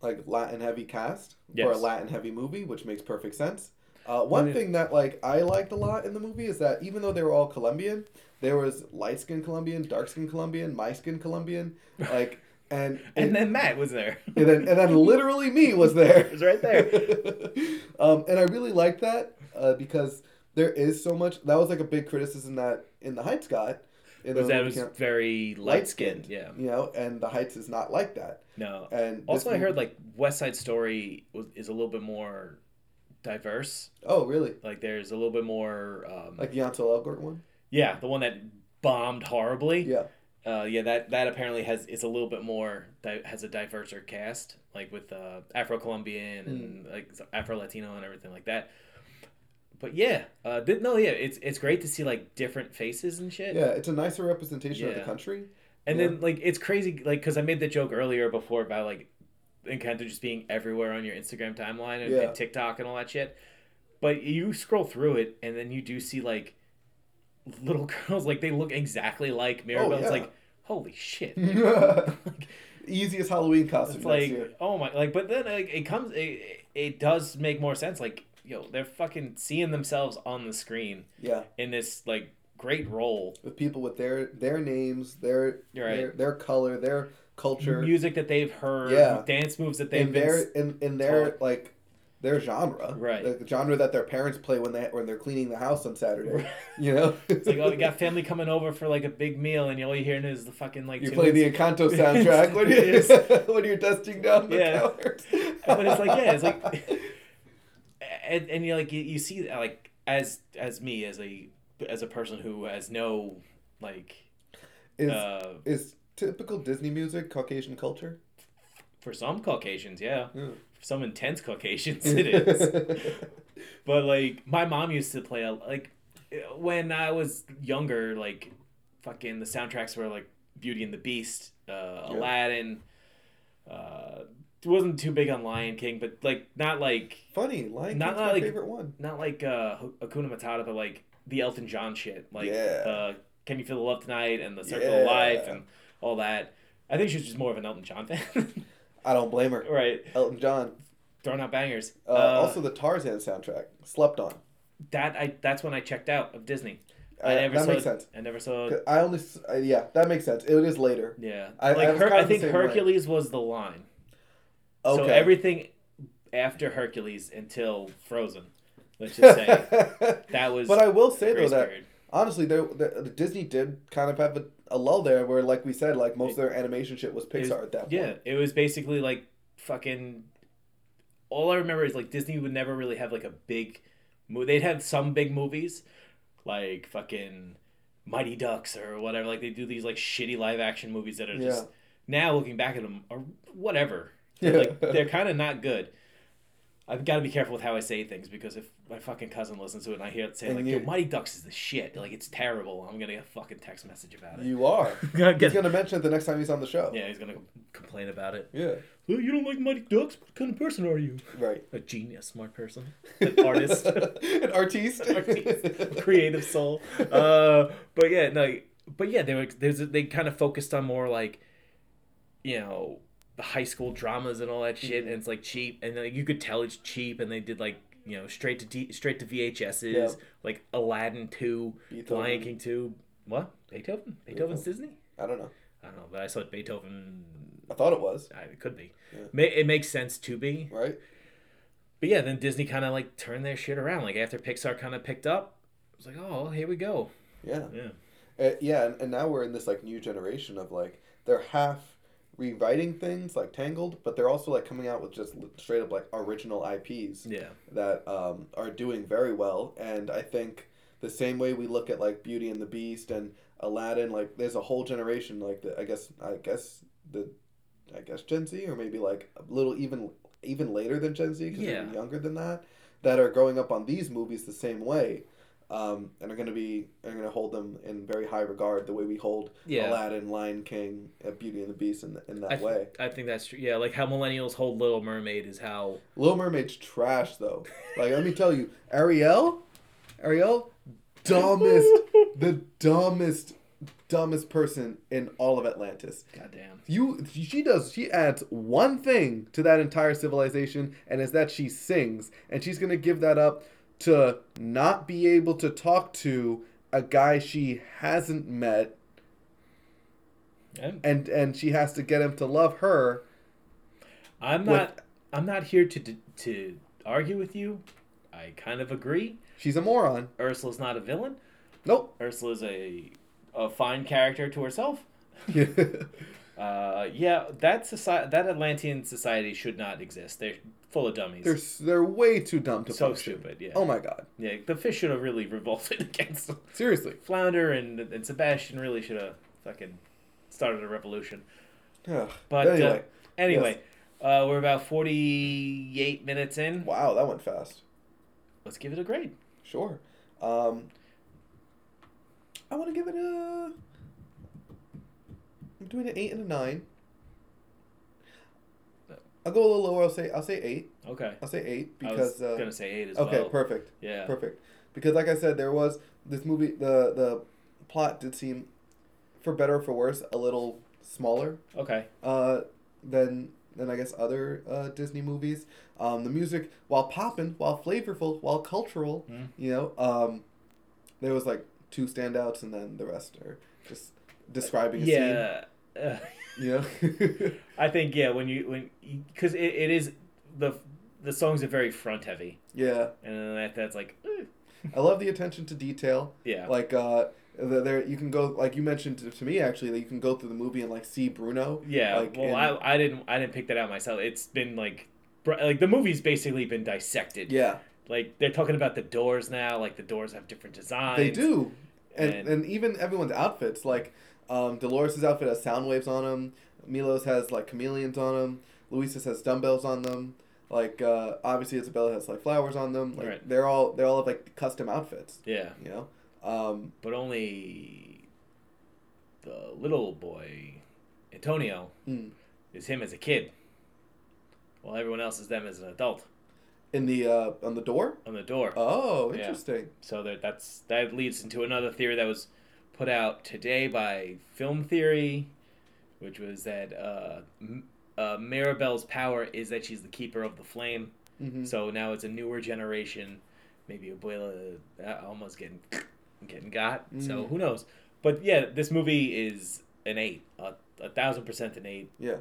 Speaker 2: like Latin heavy cast for a
Speaker 3: Yes.
Speaker 2: Latin heavy movie, which makes perfect sense. Uh, one thing that like I liked a lot in the movie is that even though they were all Colombian, there was light skinned Colombian, dark skinned Colombian, my skinned Colombian, like and
Speaker 3: And then Matt was there.
Speaker 2: and then, and then literally me was there.
Speaker 3: was right there.
Speaker 2: um, and I really liked that uh, because there is so much. That was like a big criticism that in the Heights got. in the
Speaker 3: was that it
Speaker 2: movie
Speaker 3: was
Speaker 2: camp-
Speaker 3: very light
Speaker 2: light-skinned,
Speaker 3: skinned. Yeah.
Speaker 2: You know, and the Heights is not like that.
Speaker 3: No.
Speaker 2: And this
Speaker 3: Also, I
Speaker 2: movie-
Speaker 3: heard like West Side Story was, is a little bit more diverse.
Speaker 2: Oh, really?
Speaker 3: Like there's a little bit more. Um,
Speaker 2: Like the Ansel Elgort one?
Speaker 3: yeah, the one that bombed horribly.
Speaker 2: Yeah.
Speaker 3: Uh, yeah, that that apparently has is a little bit more di- has a diverser cast, like with uh, Afro Colombian
Speaker 2: Hmm.
Speaker 3: and like Afro Latino and everything like that. But yeah, uh, th- no, yeah, it's it's great to see like different faces and shit.
Speaker 2: Yeah, it's a nicer representation of the
Speaker 3: Yeah.
Speaker 2: country.
Speaker 3: And
Speaker 2: Yeah.
Speaker 3: then like it's crazy like because I made the joke earlier before about like Encanto just being everywhere on your Instagram timeline and,
Speaker 2: Yeah.
Speaker 3: and TikTok and all that shit. But you scroll through it and then you do see like little girls like they look exactly like Mirabelle's
Speaker 2: Oh, yeah.
Speaker 3: like holy shit.
Speaker 2: Easiest Halloween costume
Speaker 3: It's
Speaker 2: next
Speaker 3: like
Speaker 2: year.
Speaker 3: oh my like but then like it comes it, it does make more sense like yo they're fucking seeing themselves on the screen
Speaker 2: Yeah,
Speaker 3: in this like great role
Speaker 2: with people with their their names, their
Speaker 3: You're right.
Speaker 2: their, their color, their culture,
Speaker 3: music that they've heard
Speaker 2: Yeah.
Speaker 3: dance moves that they've
Speaker 2: in
Speaker 3: been
Speaker 2: their
Speaker 3: s-
Speaker 2: in, in their
Speaker 3: taught.
Speaker 2: like their genre,
Speaker 3: Right.
Speaker 2: The genre that their parents play when they when they're cleaning the house on Saturday. You know, it's
Speaker 3: It's like, oh, you got family coming over for like a big meal, and all you're hearing is the fucking like.
Speaker 2: You
Speaker 3: two
Speaker 2: play the
Speaker 3: minutes-
Speaker 2: Encanto soundtrack when you when you're dusting down the
Speaker 3: Yeah.
Speaker 2: counters.
Speaker 3: But it's like, yeah, it's like, and, and you like you, you see like as as me as a as a person who has no like
Speaker 2: is,
Speaker 3: uh
Speaker 2: is typical Disney music Caucasian culture?
Speaker 3: for some Caucasians, yeah,
Speaker 2: Yeah.
Speaker 3: for some intense Caucasians it is. But like my mom used to play a, like when I was younger, like fucking the soundtracks were like Beauty and the Beast, uh, Aladdin. Uh, wasn't too big on Lion King, but like not like
Speaker 2: Funny, Lion
Speaker 3: Not
Speaker 2: King's my
Speaker 3: like-
Speaker 2: favorite one.
Speaker 3: not like uh, Hakuna Matata, but like the Elton John shit, like
Speaker 2: Yeah.
Speaker 3: uh, Can You Feel the Love Tonight and the Circle of
Speaker 2: Yeah.
Speaker 3: Life and all that. I think she was just more of an Elton John fan,
Speaker 2: I don't blame her.
Speaker 3: right?
Speaker 2: Elton John.
Speaker 3: Throwing out bangers.
Speaker 2: Uh, also, the Tarzan soundtrack slept on.
Speaker 3: that I that's when I checked out of Disney. I
Speaker 2: Uh,
Speaker 3: never
Speaker 2: that
Speaker 3: saw.
Speaker 2: makes sense.
Speaker 3: I never saw.
Speaker 2: I only, s- uh, yeah, that makes sense. It is later.
Speaker 3: Yeah,
Speaker 2: I- I
Speaker 3: like
Speaker 2: was
Speaker 3: Her-
Speaker 2: kinda
Speaker 3: I
Speaker 2: the
Speaker 3: think
Speaker 2: same way.
Speaker 3: Hercules was the line.
Speaker 2: Okay.
Speaker 3: So everything after Hercules until Frozen, let's just say that was.
Speaker 2: but I will say though
Speaker 3: grace
Speaker 2: that
Speaker 3: period.
Speaker 2: honestly, there, the, the Disney did kind of have a, a lull there, where like we said, like most of their animation shit was
Speaker 3: It was-
Speaker 2: Pixar at that point.
Speaker 3: Yeah, it was basically like fucking. All I remember is like Disney would never really have like a big mo- they'd have some big movies like fucking Mighty Ducks or whatever. Like they do these like shitty live action movies that are just
Speaker 2: Yeah.
Speaker 3: now looking back at them or whatever. They're, like, they're kind of not good. I've got to be careful with how I say things because if my fucking cousin listens to it and I hear it say
Speaker 2: And
Speaker 3: like,
Speaker 2: you-
Speaker 3: "Yo, Mighty Ducks is the shit," like it's terrible. I'm gonna get a fucking text message about it.
Speaker 2: You are.
Speaker 3: Gonna
Speaker 2: He's
Speaker 3: get-
Speaker 2: gonna mention it the next time he's on the show.
Speaker 3: yeah, he's gonna complain about it.
Speaker 2: Yeah.
Speaker 3: Well, you don't like Mighty Ducks? What kind of person are you?
Speaker 2: Right.
Speaker 3: A genius, smart person, an artist.
Speaker 2: An artiste.
Speaker 3: creative soul. Uh, but yeah, no, but yeah, they were there's they kind of focused on more like, you know, the high school dramas and all that shit, and it's like cheap, and like, you could tell it's cheap, and they did like you know straight to D, straight to VHSs,
Speaker 2: Yeah.
Speaker 3: like Aladdin two, Lion
Speaker 2: Beethoven.
Speaker 3: King two, what Beethoven? Beethoven's Disney?
Speaker 2: I don't know.
Speaker 3: I don't know, but I saw Beethoven.
Speaker 2: I thought it was
Speaker 3: I, it could be. Ma- it makes sense to be.
Speaker 2: right.
Speaker 3: But yeah, then Disney kind of like turned their shit around. Like after Pixar kind of picked up, it was like, oh, here we go.
Speaker 2: Yeah.
Speaker 3: Yeah.
Speaker 2: Uh, yeah, and, and now we're in this like new generation of like they're half rewriting things like Tangled, but they're also like coming out with just li- straight up like original IPs
Speaker 3: Yeah.
Speaker 2: that um, are doing very well. And I think the same way we look at like Beauty and the Beast and Aladdin, like there's a whole generation like the, I guess I guess the I guess Gen Z or maybe like a little even even later than Gen Z because
Speaker 3: Yeah.
Speaker 2: even younger than that that are growing up on these movies the same way. Um, and are going to be are going to hold them in very high regard the way we hold
Speaker 3: Yeah.
Speaker 2: Aladdin, Lion King, uh, Beauty and the Beast in, in that
Speaker 3: I, th-
Speaker 2: way.
Speaker 3: I think that's true. Yeah, like how millennials hold Little Mermaid is how
Speaker 2: Little Mermaid's trash though. Like let me tell you, Ariel, Ariel, dumbest, the dumbest, dumbest person in all of Atlantis.
Speaker 3: goddamn.
Speaker 2: You, she does. She adds one thing to that entire civilization, and is that she sings, and she's gonna give that up to not be able to talk to a guy she hasn't met,
Speaker 3: I'm,
Speaker 2: and and she has to get him to love her.
Speaker 3: I'm
Speaker 2: What-
Speaker 3: not. I'm not here to d- to argue with you. I kind of agree.
Speaker 2: She's a moron.
Speaker 3: Ursula's not a villain.
Speaker 2: Nope.
Speaker 3: Ursula's a a fine character to herself.
Speaker 2: They're
Speaker 3: Uh, yeah, that society, that Atlantean society should not exist. They're full of dummies.
Speaker 2: s- they're way too dumb to
Speaker 3: so
Speaker 2: function.
Speaker 3: stupid. Yeah.
Speaker 2: Oh my god.
Speaker 3: Yeah, the fish should have really revolted against them.
Speaker 2: Seriously.
Speaker 3: Flounder and, and Sebastian really should have fucking started a revolution.
Speaker 2: Ugh.
Speaker 3: But anyway,
Speaker 2: anyway.
Speaker 3: uh, anyway uh, we're about 48 minutes in.
Speaker 2: wow, that went fast.
Speaker 3: Let's give it a grade.
Speaker 2: Sure. Um I wanna give it a I'm doing an eight and a nine. I'll go a little lower, I'll say I'll say eight.
Speaker 3: Okay.
Speaker 2: I'll say eight
Speaker 3: I was
Speaker 2: because uh,
Speaker 3: gonna say eight as
Speaker 2: Okay,
Speaker 3: well.
Speaker 2: perfect.
Speaker 3: Yeah.
Speaker 2: Perfect. Because like I said, there was this movie the the plot did seem for better or for worse, a little smaller
Speaker 3: Okay.
Speaker 2: uh, than than I guess other uh, Disney movies. Um, the music, while poppin', while flavorful, while cultural,
Speaker 3: Mm.
Speaker 2: you know, um, there was like two standouts, and then the rest are just describing a
Speaker 3: Yeah. Uh,
Speaker 2: scene. You know,
Speaker 3: I think yeah when you when because it, it is the the songs are very front heavy
Speaker 2: yeah.
Speaker 3: and then that that's like eh.
Speaker 2: I love the attention to detail.
Speaker 3: yeah
Speaker 2: Like uh, the, there you can go like you mentioned to, to me actually that you can go through the movie and like see Bruno.
Speaker 3: yeah
Speaker 2: Like,
Speaker 3: well
Speaker 2: in-
Speaker 3: I I didn't I didn't pick that out myself it's been like br- like the movie's basically been dissected
Speaker 2: Yeah,
Speaker 3: like they're talking about the doors now like the doors have different designs
Speaker 2: they do, and,
Speaker 3: And-
Speaker 2: and even everyone's outfits like um, Dolores' outfit has sound waves on them. Milos has like chameleons on them. Luisa's has dumbbells on them. Like uh, obviously Isabella has like flowers on them. Like
Speaker 3: Right.
Speaker 2: they're all they're all have like custom outfits.
Speaker 3: yeah
Speaker 2: You know. Um,
Speaker 3: but only the little boy Antonio
Speaker 2: Mm.
Speaker 3: is him as a kid, while everyone else is them as an adult
Speaker 2: in the uh, on the door.
Speaker 3: on the door.
Speaker 2: Oh,
Speaker 3: Yeah.
Speaker 2: interesting.
Speaker 3: So that that's that leads into another theory that was put out today by Film Theory, which was that uh, M- uh, Mirabelle's power is that she's the keeper of the flame.
Speaker 2: Mhm.
Speaker 3: So now it's a newer generation, maybe Abuela uh, almost getting getting got. So
Speaker 2: Mm.
Speaker 3: who knows? But yeah, this movie is an eight, a, a thousand percent an eight.
Speaker 2: Yeah.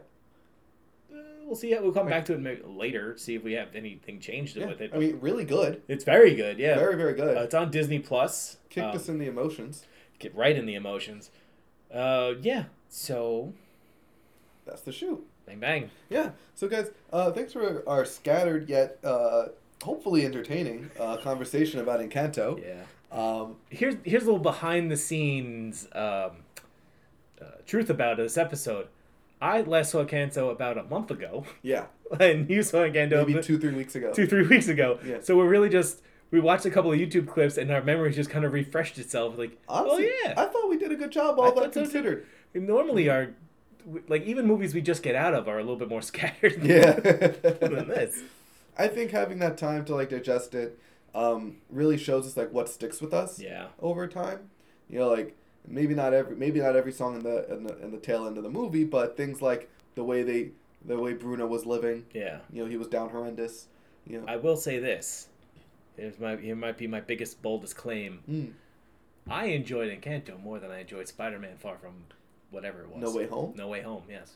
Speaker 3: Uh, we'll see. how- We'll come back to it maybe later. See if we have anything changed
Speaker 2: Yeah.
Speaker 3: with it.
Speaker 2: I mean, really good.
Speaker 3: it's very good. Yeah,
Speaker 2: Very very good.
Speaker 3: Uh, it's on Disney Plus.
Speaker 2: Kicked
Speaker 3: Um,
Speaker 2: us in the emotions.
Speaker 3: get right in the emotions. Uh, yeah. So
Speaker 2: That's the shoot.
Speaker 3: bang bang.
Speaker 2: Yeah. So guys, uh, thanks for our scattered yet uh, hopefully entertaining uh, conversation about Encanto.
Speaker 3: Yeah.
Speaker 2: Um,
Speaker 3: here's here's a little behind the scenes um, uh, truth about this episode. I last saw Kanto about a month ago,
Speaker 2: yeah.
Speaker 3: and you saw Kanto
Speaker 2: Maybe two, three weeks ago.
Speaker 3: two three weeks ago.
Speaker 2: Yeah.
Speaker 3: So we're really just we watched a couple of YouTube clips, and our memory just kind of refreshed itself. Like,
Speaker 2: Honestly,
Speaker 3: oh yeah.
Speaker 2: I thought we did a good job,
Speaker 3: I
Speaker 2: all
Speaker 3: thought
Speaker 2: that
Speaker 3: so, too.
Speaker 2: considered.
Speaker 3: And normally our like even movies we just get out of are a little bit more scattered. than- than
Speaker 2: Yeah.
Speaker 3: this.
Speaker 2: I think having that time to like digest it um, really shows us like what sticks with us
Speaker 3: Yeah.
Speaker 2: over time. You know, like maybe not every maybe not every song in the in the, in the tail end of the movie, but things like the way they the way Bruno was living.
Speaker 3: Yeah.
Speaker 2: You know, he was down horrendous. You know,
Speaker 3: I will say this. Here's my here might be my biggest boldest claim.
Speaker 2: Mm.
Speaker 3: I enjoyed Encanto more than I enjoyed Spider-Man Far From whatever it was.
Speaker 2: No Way Home?
Speaker 3: No Way Home. Yes.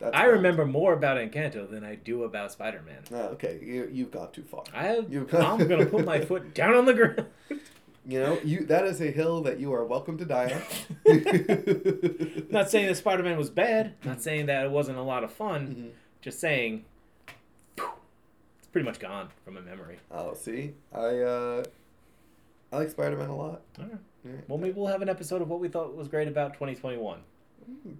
Speaker 2: that's
Speaker 3: I
Speaker 2: wild.
Speaker 3: remember more about Encanto than I do about Spider-Man.
Speaker 2: Ah, okay, you you've gone too far.
Speaker 3: I
Speaker 2: You-
Speaker 3: I'm gonna put my foot down on the ground.
Speaker 2: You know, you that is a hill that you are welcome to die on.
Speaker 3: Not saying that Spider-Man was bad.
Speaker 2: Mm-hmm.
Speaker 3: Not saying that it wasn't a lot of fun. Just saying, it's pretty much gone from my memory.
Speaker 2: Oh, see, I uh, I like Spider Man a lot.
Speaker 3: All right.
Speaker 2: Yeah,
Speaker 3: Well, maybe we'll have an episode of what we thought was great about 2021.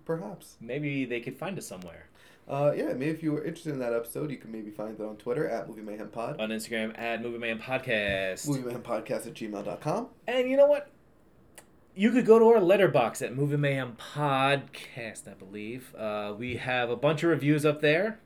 Speaker 2: Perhaps.
Speaker 3: Maybe they could find us somewhere
Speaker 2: Uh, yeah, maybe if you were interested in that episode, you can maybe find it on Twitter at Movie Mayhem Pod,
Speaker 3: on Instagram at Movie Man Podcast.
Speaker 2: Movie Mayhem Podcast at gmail.com.
Speaker 3: And you know what? You could go to our letterbox at Movie Mayhem Podcast, I believe. Uh, we have a bunch of reviews up there.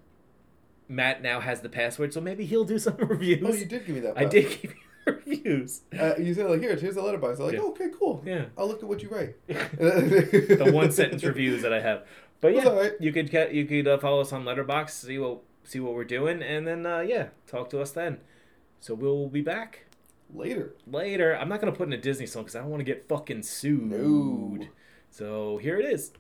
Speaker 3: Matt now has the password, so maybe he'll do some reviews.
Speaker 2: Oh, you did give me that.
Speaker 3: I
Speaker 2: back.
Speaker 3: did give you reviews.
Speaker 2: Uh, you said like, here, here's the letterbox. I'm like,
Speaker 3: Yeah.
Speaker 2: oh, okay, cool.
Speaker 3: Yeah.
Speaker 2: I'll look at what you write.
Speaker 3: the
Speaker 2: the
Speaker 3: one sentence reviews that I have. But yeah,
Speaker 2: That's all right.
Speaker 3: you could ca- you could uh, follow us on Letterbox, see what see what we're doing, and then uh, yeah, talk to us then. So we'll be back
Speaker 2: Later.
Speaker 3: later. I'm not gonna put in a Disney song because I don't want to get fucking sued.
Speaker 2: No.
Speaker 3: So here it is.